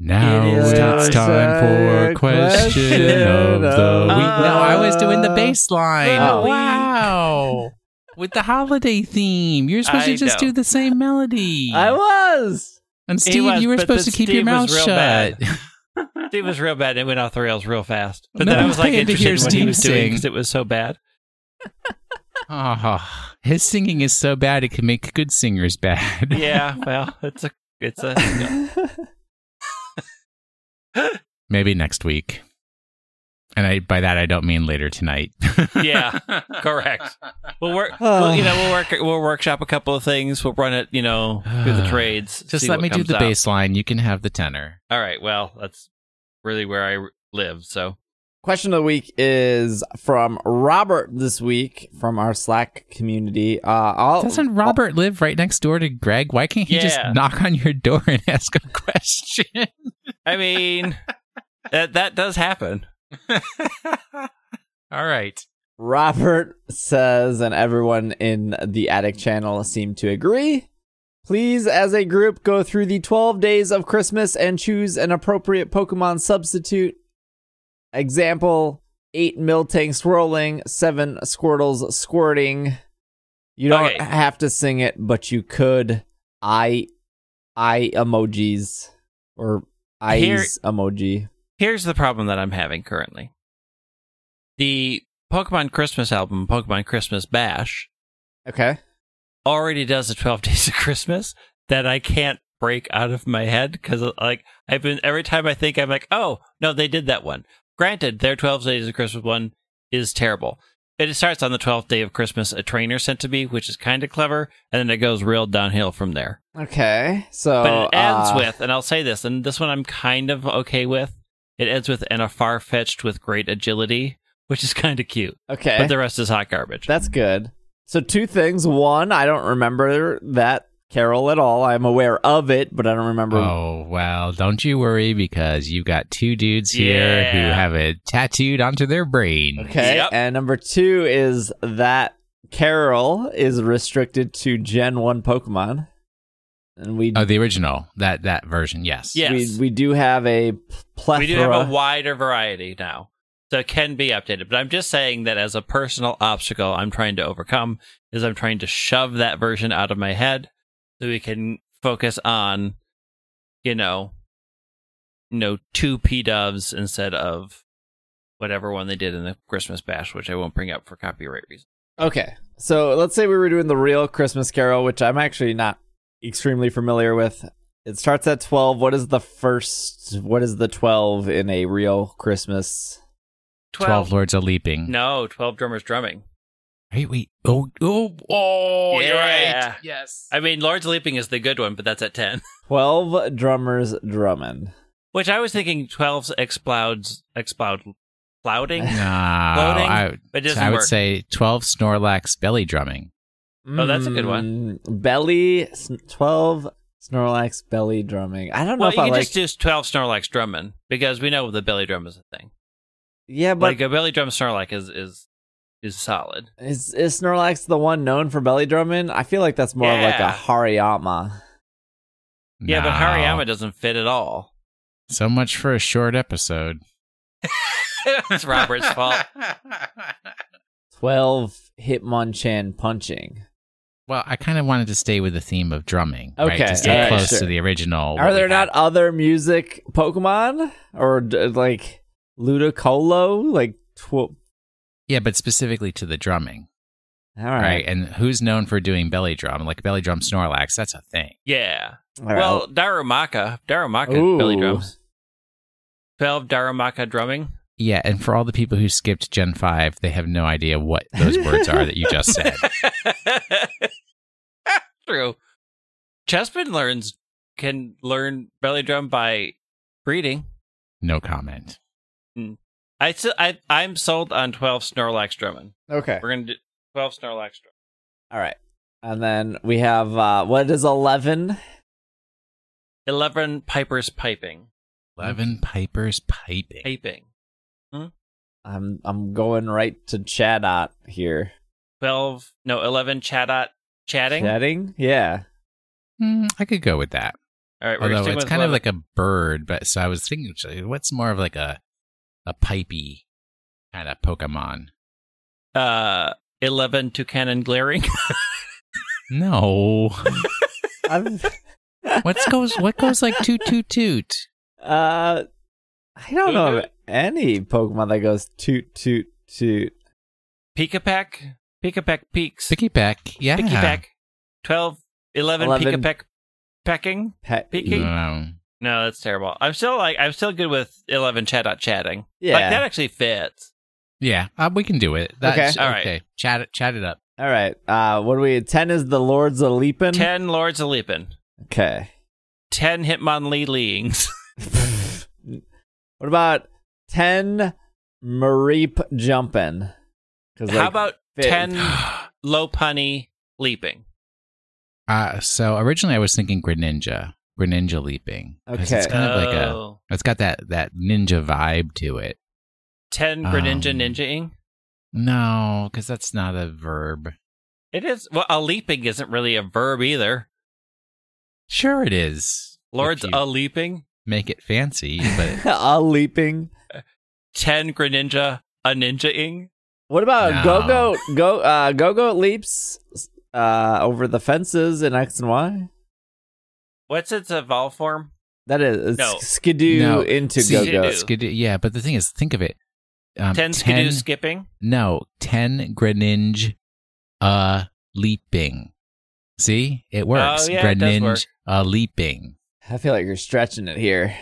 Now
It is
it's
time
time for
for
question
question
of the
of
week. No, I was doing the
the
bass line.
Oh.
Wow. With the holiday theme. You're supposed
I
to just
know.
do the same melody.
I was.
and
He
Steve,
was,
you were
but
supposed to
the
keep your
Steve was
mouth
real
shut.
bad.
*laughs*
Steve was real bad. It went off the rails real fast. But
No
then I
one's
was like
paying to
interested in
hear
what he
Steve
was doing
sing.
because it was so bad.
Oh, his singing is so bad it can make good singers bad.
Yeah, well, it's a it's a
*laughs* Maybe next week. And I, by that I don't mean later tonight. *laughs*
yeah. Correct. We'll work.
Oh.
Well, you know, we'll work. We'll workshop a couple of things. We'll run it. You know, through
*sighs*
the trades.
Just
see
let
what
me do
comes
the
out.
bass line. You can have the tenor.
All right. Well, that's really where I r- live. So
Question of the week is from Robert this week from our Slack community. Uh, I'll,
Doesn't Robert live right next door to Greg? Why can't he just
Yeah.
knock on your door and *laughs* ask a
*laughs*
question?
I mean, that that does happen.
All right.
Robert says, and everyone in the Attic channel seem to agree. Please, as a group, go through the 12 days of Christmas and choose an appropriate Pokemon substitute. Example 8 Miltank swirling, 7 Squirtles squirting. You don't
Okay.
have to sing it, but you could. I, I emojis or eyes
Here-
emoji.
Here's the problem that I'm having currently. The Pokemon Christmas album, Pokemon Christmas Bash,
Okay.
already does the 12 *laughs* days of christmas that i can't break out of my head because like i've been every time i think i'm like oh no they did that one granted their 12 days of christmas one is terrible it starts on the 12th day of christmas a trainer sent to me which is kind of clever and then it goes real downhill from there
Okay. So.
but it ends
uh,
with and i'll say this and this one i'm kind of okay with it ends with and a far-fetched with great agility which is kind of cute
Okay.
but the rest is hot garbage
That's good. So two things. One, I don't remember that carol at all. I'm aware of it, but I don't remember.
Oh, well, don't you worry because you've got two dudes here
Yeah.
who have it tattooed onto their brain.
Okay.
Yep.
And number two is that carol is restricted to Gen One Pokemon, and we
Oh, the original, that that version, yes.
Yeah.
we
yes.
we do have a plethora.
We do have a wider variety now, so it can be updated. But I'm just saying that as a personal obstacle, I'm trying to overcome is I'm trying to shove that version out of my head so we can focus on, you know, you know, two P doves instead of whatever one they did in the Christmas bash, which I won't bring up for copyright reasons.
Okay. So let's say we were doing the real Christmas Carol, which I'm actually not extremely familiar with. It starts at 12. What is the first? What is the 12 in a real Christmas?
12, Lords of Leaping.
No, twelve drummers drumming.
Wait, wait. Oh, oh, oh, you're right.
Yeah.
Yes.
I mean, Lord's Leaping is the good one, but that's at ten. *laughs*
12 drummers drumming.
Which I was thinking 12's explouds, exploud, *laughs* clouding,
*laughs*
No,
Floating?
I,
but it doesn't
I would
work.
say 12 Snorlax belly drumming.
Oh,
that's a good
one. Mm, Belly s- twelve Snorlax belly drumming. I don't know
well,
if
you
I
can
like.
just do 12 Snorlax drumming because we know the belly drum is a thing.
yeah, but
like a belly drum Snorlax is is is solid.
is is Snorlax the one known for belly drumming? I feel like that's more of like
Yeah.
a Hariyama.
Yeah, but
No.
Hariyama doesn't fit at all. *laughs*
So much for a short episode.
it's Robert's
*laughs*
fault.
Twelve Hitmonchan punching.
Well, I kind of wanted to stay with the theme of drumming. Right?
Okay,
To stay
alright,
close
sure.
to the
Oh,
original.
Are
what
there
we had.
not other music Pokemon or d- like Ludicolo? Like tw- all
Yeah, but specifically to the drumming.
right,
Right. And who's known for doing belly drum? Like belly drum Snorlax, that's a thing.
Yeah.
all right.
Well, Darumaka, Darumaka
Ooh.
belly drums. 12 Darumaka drumming.
Yeah, and for all the people who skipped Gen 5, they have no idea what those words are that you just said.
*laughs* True. Chespin learns can learn belly drum by breeding.
No comment.
I still, I I'm sold on twelve Snorlax drumming.
okay,
We're gonna do twelve Snorlax drumming.
all right. And then we have uh what is eleven?
11 Piper's Piping.
Eleven Piper's piping.
Piping.
I'm I'm going right to Chadot here.
12, no, 11 Chatot Chatting.
Chatting? Yeah.
Hmm, I could go with that.
All right, we're
Although
sticking
Oh, it's
with
kind of
11.
like a bird, but so I was thinking, so what's more of like a a pipey kind of Pokemon?
uh 11 Toucanon Glaring. *laughs*
No,
I'm-
*laughs*
what goes what goes like toot toot toot?
uh I don't know of
Okay.
any Pokemon that goes toot toot toot.
Pika Pack. Pika Pack Peaks.
Picky peck, yeah.
Picky Pack. 12, 11,
11.
Pika Pack Pecking.
Pet
Pika-
Um,
No, that's terrible. I'm still like I'm still good with 11 Chatot Chatting.
Yeah.
Like that actually fits.
yeah, uh, we can do it. That's,
Okay. All right.
Chat it, chat it up. *sighs*
All right. Uh what do we ten is the Lords of Leaping?
10 Lords of Leapin.
Okay.
10 Hitmonlee
*laughs*
Leings.
what about ten Mareep jumping?
How about
fit.
10
*laughs*
Low Punny Leaping?
Uh, so originally I was thinking Greninja, Greninja leaping. 'cause It's
Okay.
kind of like a,
Oh.
it's got that that ninja vibe to it.
10
Um,
Greninja Ninjaing?
No, because that's not a verb.
It is. Well, a leaping isn't really a verb either.
Sure, it is. if
Lords,
you
a leaping.
make it fancy,
*laughs*
but
a leaping?
10 Greninja, a ninjaing.
What about
No.
go go go uh go go leaps uh over the fences in X and Y?
What's its evolve form?
That is
No.
skidoo
No.
into
See,
go go.
Skidoo.
Skidoo- yeah. But the thing is, think of it. Um,
10 skidoo skipping. *laughs*
No, ten Greninja, uh, leaping. See, it works.
Oh, yeah, it does
Greninja,
work.
uh, leaping.
I feel like you're stretching it here.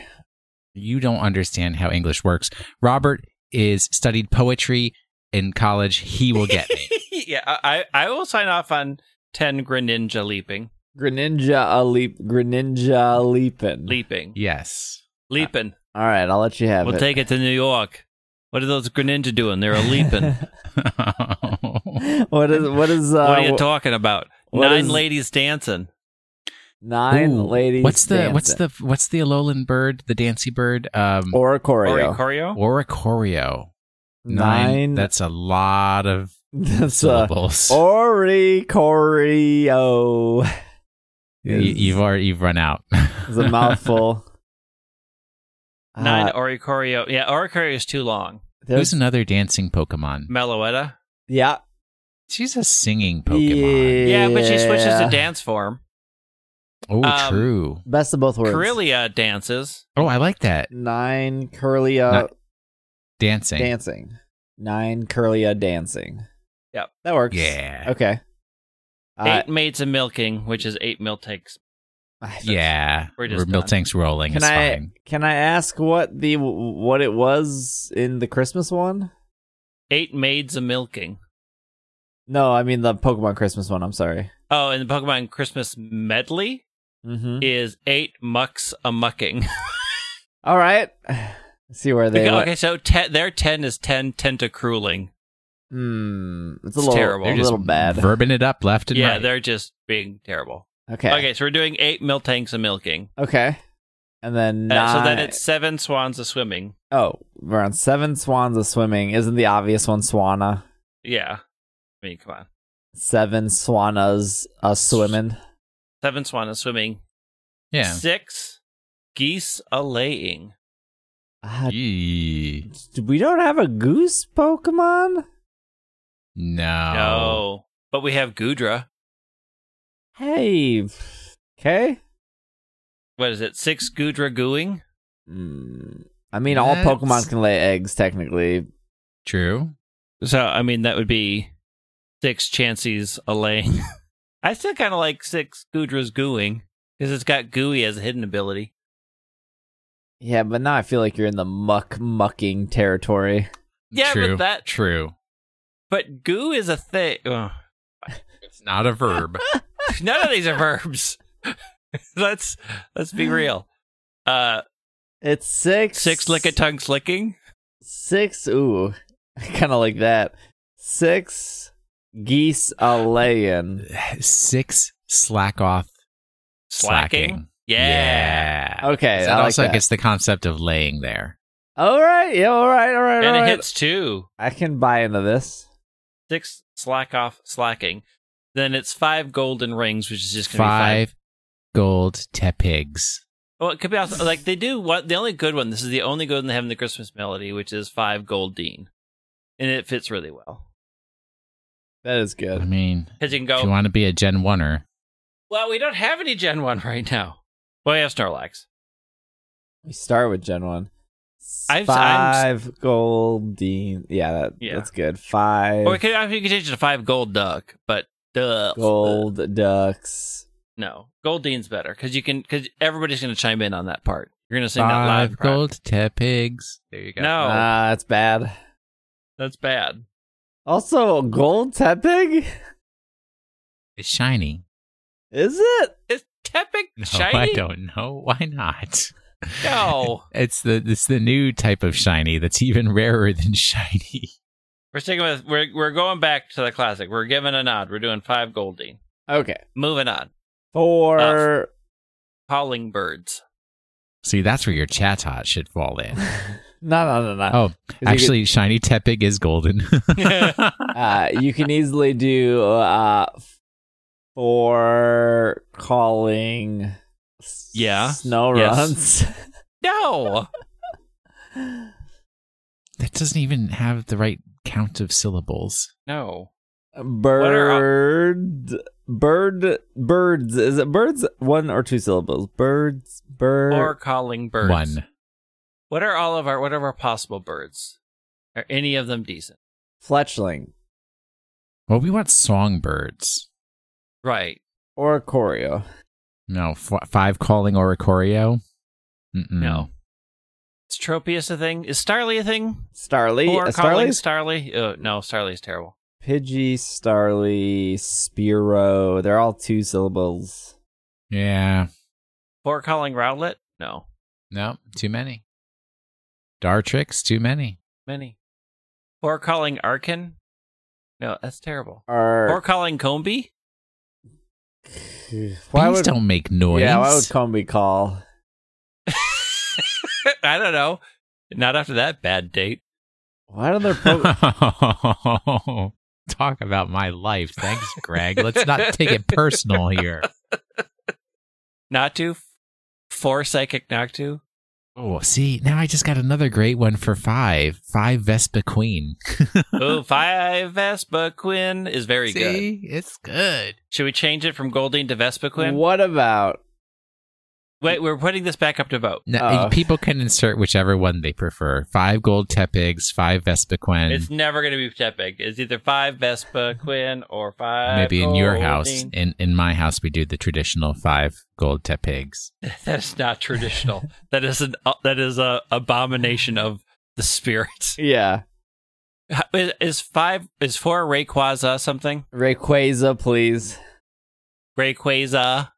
you don't understand how English works. Robert is studied poetry in college. He will
*laughs*
get me.
yeah, I, I I will sign off on 10 Greninja leaping.
Greninja a leap Greninja leaping.
Leaping.
*laughs*
yes.
Leaping.
All right, I'll let you have
We'll
it.
take it to New York. What are those Greninja doing? They're
*laughs*
a
Uh,
leaping.
what is what is uh
what are you talking about?
what
Nine
is-
ladies dancing.
nine
Ooh,
ladies
What's the what's
dancing.
the what's the Alolan bird? The dancy bird? Um,
Oricorio?
Oreo.
Oricorio.
Nine
That's a lot of
*laughs* that's uh, a
syllables.
Oricorio.
*laughs* you, you've already you've run out.
It's a mouthful.
*laughs* Nine
Uh,
Oricorio. Yeah, Oricorio is too long.
Who's
there's-
another dancing Pokemon?
Meloetta.
yeah.
She's a singing Pokemon.
Yeah, but she switches
Yeah.
to dance form.
Oh,
Um,
true.
Best of both worlds.
Corellia dances.
Oh, I like that
Nine Curlia
Not dancing.
dancing. Nine Curlia dancing.
Yep.
That works.
Yeah.
Okay. Uh,
eight maids of milking, which is eight milk takes.
I-
Yeah,
We're
we're
just
milk
done.
tanks rolling.
Can
it's
I
fine.
can I ask what the what it was in the Christmas one?
Eight maids of milking.
No, I mean the Pokemon Christmas one. I'm sorry.
Oh, and the Pokemon Christmas medley
Mm-hmm.
is eight mucks a mucking.
All right. *sighs* see where they.
*laughs* okay,
went.
so ten, their ten is ten tentacrueling.
Hmm. It's a
It's
little
terrible.
A
They're
just
little bad.
Verbing it up left and
Yeah,
right.
they're just being terrible.
okay.
Okay, so we're doing eight milk tanks of milking.
Okay. And then
Uh,
nine.
so then it's seven swans of swimming.
oh, we're on seven swans of swimming. Isn't the obvious one Swana?
Yeah. I mean, come on.
Seven swanas a swimming.
Seven swan of swimming.
yeah.
Six geese a laying.
Uh,
Yee.
we don't have a goose Pokemon.
No.
No. But we have Gudra.
Hey. Okay.
What is it? Six Gudra gooing?
Mm, I mean, all
That's-
Pokemon can lay eggs technically.
True.
So I mean that would be six Chanseys a laying. I still kind of like six Gudra's gooing because it's got gooey as a hidden ability.
Yeah, but now I feel like you're in the muck mucking territory.
Yeah,
True.
but that-
True.
But goo is a thing. Ugh.
It's not a verb.
None of these are verbs. *laughs* let's let's be real. Uh,
It's six.
six lick a tongue slicking.
*laughs* Six. Ooh, I kind of like that. Six Geese a laying.
*laughs* Six slack off
Slacking.
slacking.
yeah.
Yeah.
Okay,
That
I like
also
that.
gets the concept of laying there.
All right, yeah, all right, all right,
And
all
it
right.
hits two.
I can buy into this.
Six slack off slacking. Then it's five golden rings, which is just gonna be five
Five gold tepigs.
Well, it could be also, like they do what the only good one. This is the only good one they have in the Christmas melody, which is five gold dean, and it fits really well
That is
I
good.
mean,
because you can
if you
go.
want to be a Gen 1er,
Well, we don't have any Gen One *laughs* right now. Well, we have Snorlax.
We start with Gen One.
I've- I'm-
5 gold dean. Yeah, that,
Yeah.
that's good. Five
Or we could actually could change it to five gold duck, but duh,
gold ducks.
no, gold dean's better because you can because everybody's going to chime in on that part. You're going to sing that
five
loud. crap.
gold tepigs. There you go.
No,
Ah, that's bad.
that's bad.
Also, gold tepig?
It's shiny.
Is it?
It's Tepic
*laughs* No,
shiny. *laughs*
I don't know. Why not?
No,
It's the it's the new type of shiny that's even rarer than *laughs* shiny.
we're sticking with we're we're going back to the classic. We're giving a nod. We're doing five gold dean.
Okay.
Moving on.
Four.
Calling
*laughs*
birds.
See, that's where your chatot should
*laughs*
fall in.
Uh,
*laughs* No, no, no, no.
Oh, actually, shiny tepig is golden. *laughs*
uh, you can easily do uh, four calling. s-
Yeah.
Snow
Yes.
runs.
No.
that doesn't even have the right count of syllables.
No.
Bird. Bird. Birds. Is it birds? One or two syllables. Birds. Bird.
Or calling birds.
One.
What are all of our what are our possible birds? Are any of them decent?
Fletchling.
Well, we want songbirds.
Right.
Or choreo.
No, f- five calling oricorio. Mm-mm.
No. Is Tropius a thing? Is Starly a thing?
Starly.
or
uh,
calling
Starly's
Starly? Oh, no, Starly's terrible.
Pidgey, Starly, Spiro. They're all two syllables.
Yeah.
Or calling Rowlet? No.
No, too many. Dartrix, too many.
Many. Or calling Arkin? No, that's terrible.
Are
Or calling Combi?
why
Bees
would
don't make noise.
yeah? Why would Combi call?
*laughs* I don't know. Not after that bad date.
Why
*laughs*
don't their
*laughs*
po-
Talk about my life. Thanks, Greg. Let's not take it personal here.
Natu? Four psychic
*laughs*
Noctu?
Oh, see, now I just got another great one for five. Five Vespa Queen.
oh, five Vespa Quinn is very good.
see, it's good.
Should we change it from Goldine to Vespa Quinn?
what about
Wait, we're putting this back up to vote.
No,
Uh-oh.
people can insert whichever one they prefer. Five gold tepigs, five Vespa Quinn.
It's never going to be Tepig. It's either five Vespa Quinn or five.
Maybe in your house.
Goldine.
In in my house, we do the traditional five gold tepigs.
That's not traditional. *laughs* that is an uh, that is a abomination of the spirits.
yeah?
*laughs* Is, is five is four Rayquaza something?
Rayquaza, please.
Rayquaza,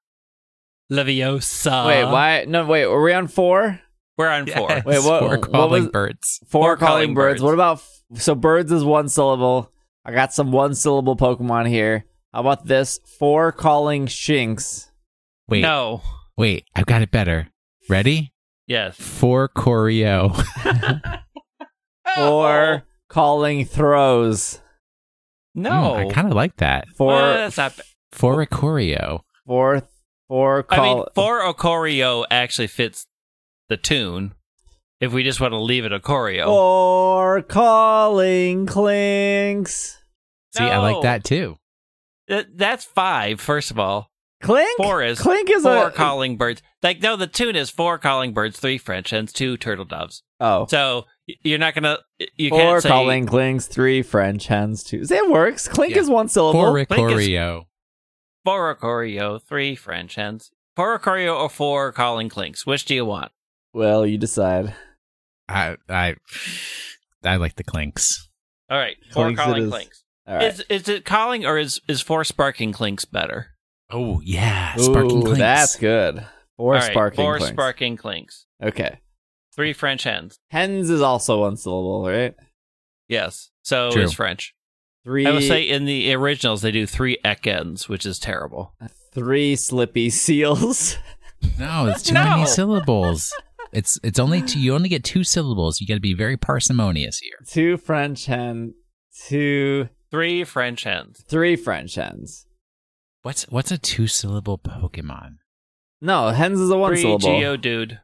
Leviosa.
wait, why? No, wait. Were we on four?
We're on four.
Yes,
*laughs* Wait, what-
*laughs* Four
what
calling
was-
birds.
Four,
Four
calling,
calling
birds.
birds.
What about f- so birds is one syllable. I got some one syllable Pokemon here. How about this? Four calling shinks.
Wait,
No.
wait, I've got it better. Ready?
Yes.
Four choreo. *laughs* Hmm,
Oh.
Four calling throws.
No.
I kind of like that.
Four.
Uh, that's not bad.
Four choreo.
Fourth, four
I
call.
mean, for a choreo actually fits the tune. If we just want to leave it a choreo,
Four calling clinks.
See, I like
No.
that too.
Th- that's five. First of all,
Clink.
Four is-
clink is
four
a
calling birds. Like no, the tune is four calling birds, three French hens, two turtle doves.
oh.
So y- you're not gonna you
4
can't say
calling clinks, three French hens, two. See, It works. Clink
Yeah.
is one syllable.
Four
think it's-
choreo.
four a choreo, three French hens, four a choreo, or four calling clinks. Which do you want?
well, you decide.
I I I like the clinks.
All right, four
Clinks it
calling
is.
clinks.
All right.
Is is it calling or is is four sparking clinks better?
Oh yeah,
Ooh,
sparking clinks.
That's good. Four
All right,
sparking
four
clinks.
sparking clinks,
okay.
three French hens.
Hens is also one syllable, right?
Yes. So
True.
is French.
Three
I will say in the originals they do three ekans, which is terrible.
three slippy *laughs* seals.
No, it's too
No.
many syllables. It's it's only two, you only get two syllables. You got to be very parsimonious here.
two French hen, two
Three French hens.
three French hens.
What's what's a two syllable Pokemon?
No, hens is a one
Three
syllable.
Geodude.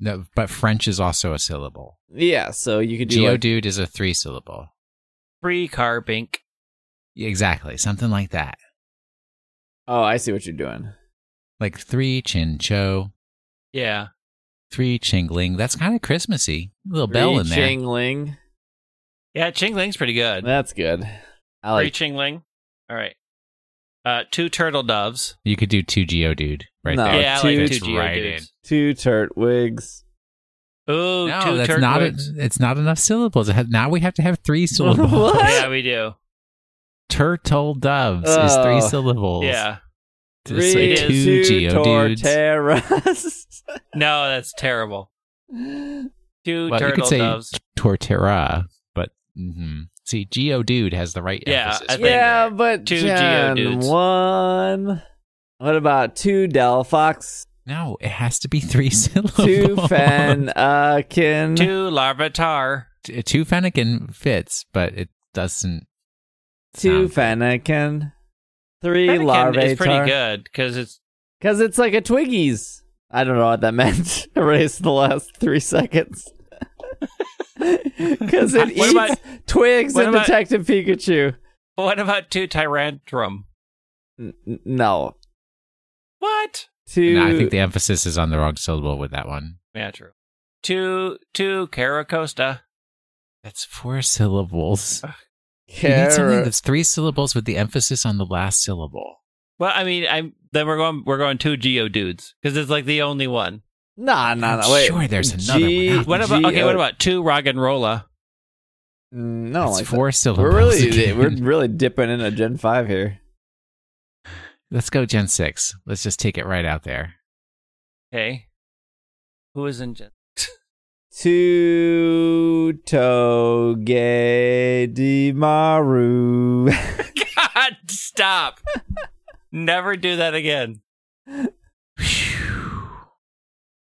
No, but French is also a syllable.
yeah, so you could do like,
Geodude is a three syllable.
Three Carbink.
Exactly, something like that.
Oh, I see what you're doing.
Like three Chincho,
Yeah.
three Chingling. That's kind of Christmassy. little bell
Three
in there.
Chingling.
Yeah, Chingling's pretty good.
That's good. I
Three
like
Chingling. All right. Uh, two turtle doves.
You could do two Geodude right
No.
there.
Oh,
yeah, I
two-
like
Fits
two Geodudes.
right in.
two turtwig. wigs.
Ooh, two
No, that's
turtle
not. A, *laughs*
wigs.
it's not enough syllables. It has, now we have to have
*laughs*
three syllables.
What?
Yeah, we do.
Turtle doves is
Oh.
three syllables.
Yeah.
Just
Three
like two Geodudes.
*laughs*
Torteras.
No, that's terrible. Two
Well, you could
turtle
say
doves.
Torterra, but mhm. see, Geodude has the right
Yeah,
emphasis.
I
right
think-
there.
yeah, but
Two
Jen,
Geodudes.
one. What about two Delphox,
No, it has to be three *laughs* syllables.
two Fennekin?
Two larvitar.
*laughs* T- two Fennekin fits, but it doesn't.
Two
Sound.
Fennekin, three
Fennekin is pretty
Larvitar.
good because it's
Because it's like a Twiggies. I don't know what that *laughs* meant. Erase the last three
*laughs*
seconds. Because it
What
eats twigs
what
and
about-
Detective Pikachu.
what about two tyrantrum?
N- n- no.
What?
Two.
No, I think the emphasis is on the wrong syllable with that one.
Yeah, true. Two two caracosta.
That's four syllables. You
Cara-
need something that's three syllables with the emphasis on the last syllable.
Well, I mean, I'm then we're going we're going two geo dudes because it's like the only one.
Nah, nah,
I'm
nah. Wait.
sure there's another
G-
one out
What about okay?
Geo-
What about two roggenrola?
Mm, no,
That's
like
four
that.
syllables.
We're really
again.
we're
*laughs*
really dipping into Gen Five here.
*laughs* Let's go Gen 6. Let's just take it right out there.
Okay, who is in gen?
Two Toge Maru.
God, *laughs* stop! Never do that again.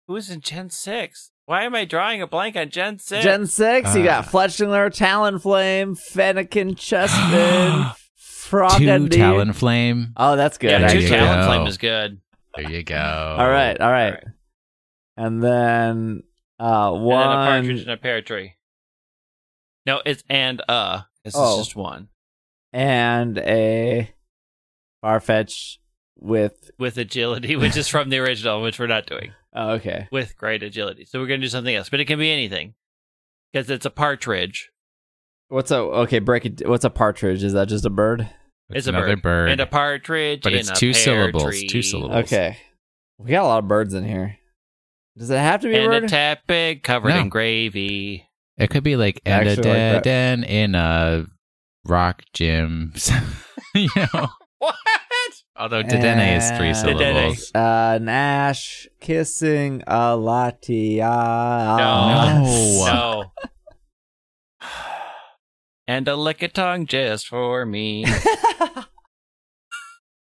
Who is in Gen Six? Why am I drawing a blank on Gen Six?
Gen 6, you got
Ah.
Fletchlinger, Talonflame, Fennekin,
*gasps*
Chessman,
Two
Frogadier.
Talonflame.
Oh, that's good.
yeah,
There
two
actually.
you go.
Talonflame is good.
There you go.
All right, all right.
All right.
And then uh, one.
And then a partridge in a pear tree. No, it's and uh. This
Oh.
is just one
and a Farfetch with.
with agility, which is from the original, which we're not doing
Oh, okay.
with great agility. So we're gonna do something else, but it can be anything because it's a partridge.
What's a. Okay, break it. What's a partridge? Is that just a bird?
It's a
another bird.
and a partridge,
But
in
it's
a
two
pear
syllables,
tree,
two syllables.
Okay. We got a lot of birds in here. Does it have to be a
and
bird?
a tapig covered
No.
in gravy.
it could be like and a
Actually like
dead
that.
end in a rock gym. *laughs* you know.
What?
Although Dedenne is three
And-
syllables.
Uh, Nash kissing a Latia.
No.
No.
*laughs*
and a lick a tongue just for
*laughs*
me.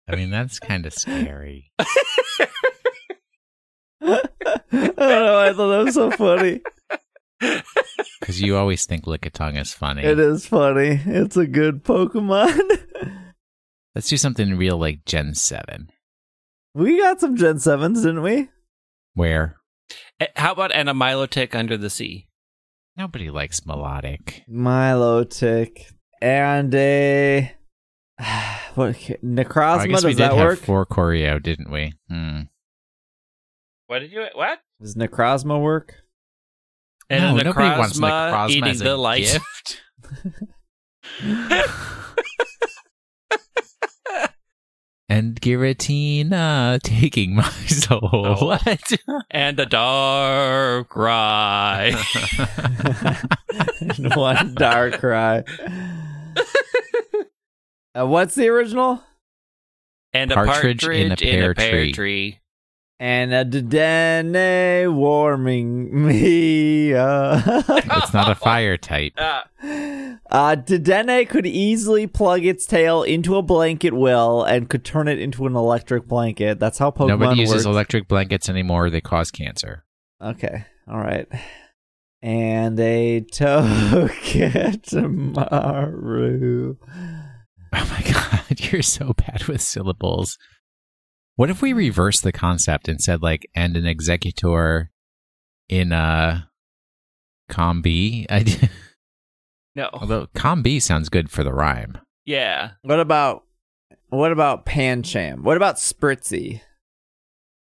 I mean, that's kind of scary.
*laughs* I don't know. I thought that was so funny.
Because you always think Lickitung is funny.
It is funny. It's a good Pokemon. *laughs*
Let's do something real like Gen 7.
we got some Gen 7s, didn't we?
Where
Eh, How about and a milotic under the sea?
nobody likes melodic.
Milotic. And a. *sighs* What, Necrozma,
I guess we
does
did
that
have
work?
four choreo, didn't we? Hmm.
What did you? What?
Does Necrozma work?
And
no,
a
nobody wants
necrozma
Necrozma
eating
as a
the light.
gift. and Giratina taking my *laughs* soul.
Oh.
What?
*laughs* and a dark
*laughs*
cry.
In *laughs* one dark cry. Uh, what's the original?
And a
Partridge
partridge,
in a
in
pear
a pear
tree.
tree.
And a Dedenne warming me. up. *laughs*
It's not a fire type.
Ah,
Uh, Dedenne could easily plug its tail into a blanket will and could turn it into an electric blanket. That's how Pokemon
Nobody uses
works.
electric blankets anymore. They cause cancer. *laughs*
okay, all right. And a *laughs* Toketamaru.
Oh my god, *laughs* you're so bad with syllables. What if we reverse the concept and said like and an executor in a combi? *laughs* I d-
no.
although combi sounds good for the rhyme.
Yeah.
What about what about Pancham? What about *laughs* Spritzy?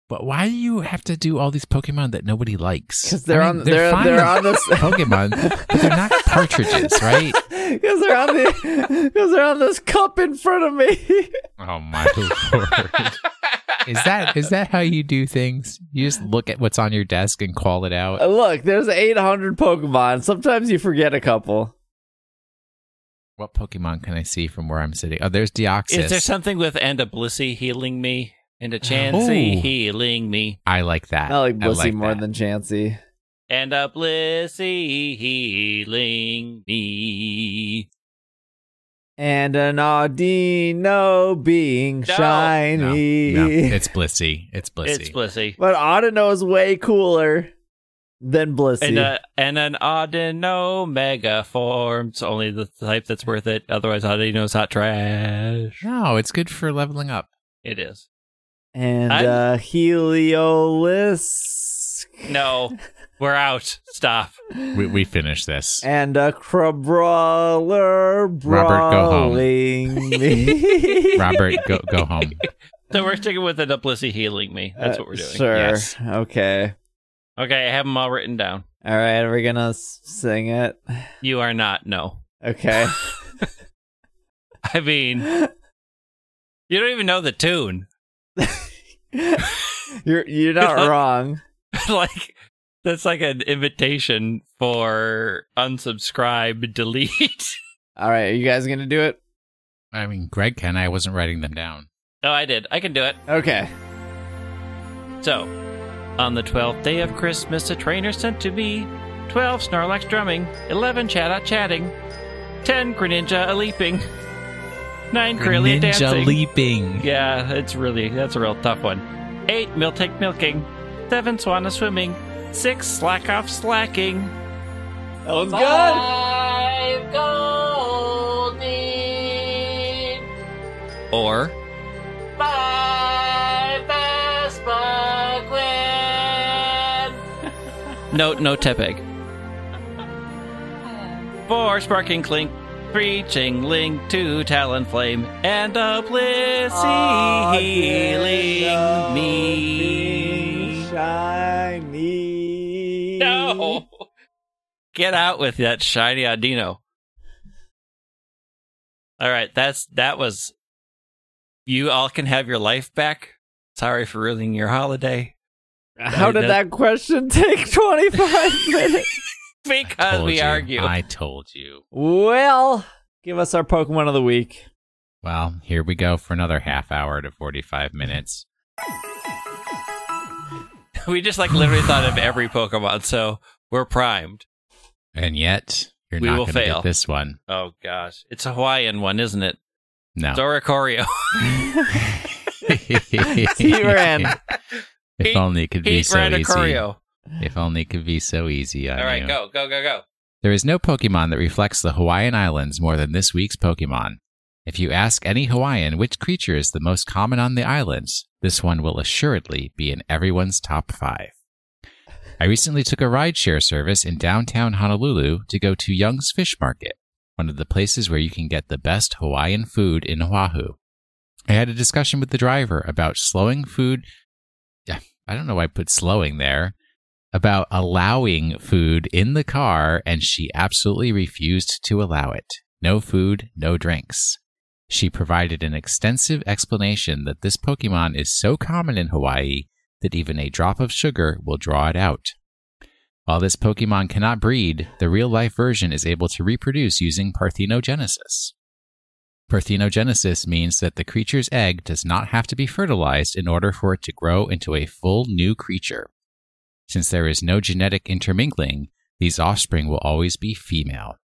But why do you have to do all these Pokemon that nobody likes?
Because they're
I mean,
on they're
fine
they're,
with
on this
*laughs* Pokemon, but they're
*laughs*
not partridges, right?
Because they're on *laughs* the because they're on this cup in front of me.
Oh my *laughs* lord! Is that is that how you do things? You just look at what's on your desk and call it out.
*laughs* Look, there's 800 Pokemon. Sometimes you forget a couple.
What Pokemon can I see from where I'm sitting? Oh, there's Deoxys.
Is there something with and a Blissey healing me and
*gasps*
a Chansey
Oh.
healing me
I like that.
I like Blissey more
that.
than Chansey.
and a Blissey healing me?
And an Audino being
No.
shiny. *laughs*
No, it's Blissey. It's Blissey.
It's Blissey.
but Audino is way cooler than Blissey.
And, a, and an Audino Mega forms only the type that's worth it. Otherwise, Audino's hot trash.
no, it's good for leveling up.
It is.
and
I'm-
uh, Heliolisk.
No, we're out. Stop.
We, we finished
*laughs*
this.
And a Crabrawler
Robert, go home.
brawling me.
Robert, go go home.
So we're sticking with an Blissey healing me. That's what we're doing.
Uh, sure.
yes.
Okay.
Okay, I have them all written down.
All right. Are we going to sing it?
You are not. No.
Okay. *laughs*
I mean, you don't even know the tune. *laughs*
you're you're
*laughs*
not wrong.
like that's like an invitation for unsubscribe, *laughs* delete.
All right, are you guys gonna do it?
*laughs* I mean, Greg can. I wasn't writing them down.
oh, I did. I can do it.
Okay.
So, on the 12th day of Christmas, a trainer sent to me 12 Snorlax drumming, 11 Chatot chatting, 10 Greninja a leaping, 9 Corellia
Ninja
dancing.
leaping.
Yeah, it's really, that's a real tough one. 8 Miltank milking, 7 Swana swimming, 6 Slack off slacking,
That one's good.
Five golden.
or
Five Vespa
No, no Tepeg. Four Sparking Clink, three Chingling, two Talonflame, and a Blissey
Ah, uh,
healing me.
Shiny.
No! Get out with that shiny Audino. All right, that's that was. You all can have your life back. Sorry for ruining your holiday.
How did that question take 25
*laughs*
minutes?
Because
Told
we
you.
argue.
I told you.
Well, give us our Pokemon of the week. *laughs*
Well, here we go for another half hour to 45 minutes.
We just like literally thought of every Pokemon, so we're primed.
And yet, you're
We
not
will
going to
fail.
get this one.
Oh gosh, it's a Hawaiian one, isn't it?
No.
Doracorio.
*laughs*
He ran.
If only it could be
Heat
so easy.
Radicorio.
If only it could be so easy. on
All right,
you.
go, go, go, go.
There is no Pokemon that reflects the Hawaiian Islands more than this week's Pokemon. If you ask any Hawaiian which creature is the most common on the islands, this one will assuredly be in everyone's top five. I recently took a rideshare service in downtown Honolulu to go to Young's Fish Market, one of the places where you can get the best Hawaiian food in Oahu. I had a discussion with the driver about slowing food. Yeah, I don't know why I put slowing there about allowing food in the car, and she absolutely refused to allow it. No food, no drinks. She provided an extensive explanation that this Pokemon is so common in Hawaii that even a drop of sugar will draw it out. While this Pokemon cannot breed, the real life version is able to reproduce using parthenogenesis. Parthenogenesis means that the creature's egg does not have to be fertilized in order for it to grow into a full new creature. Since there is no genetic intermingling, these offspring will always be female.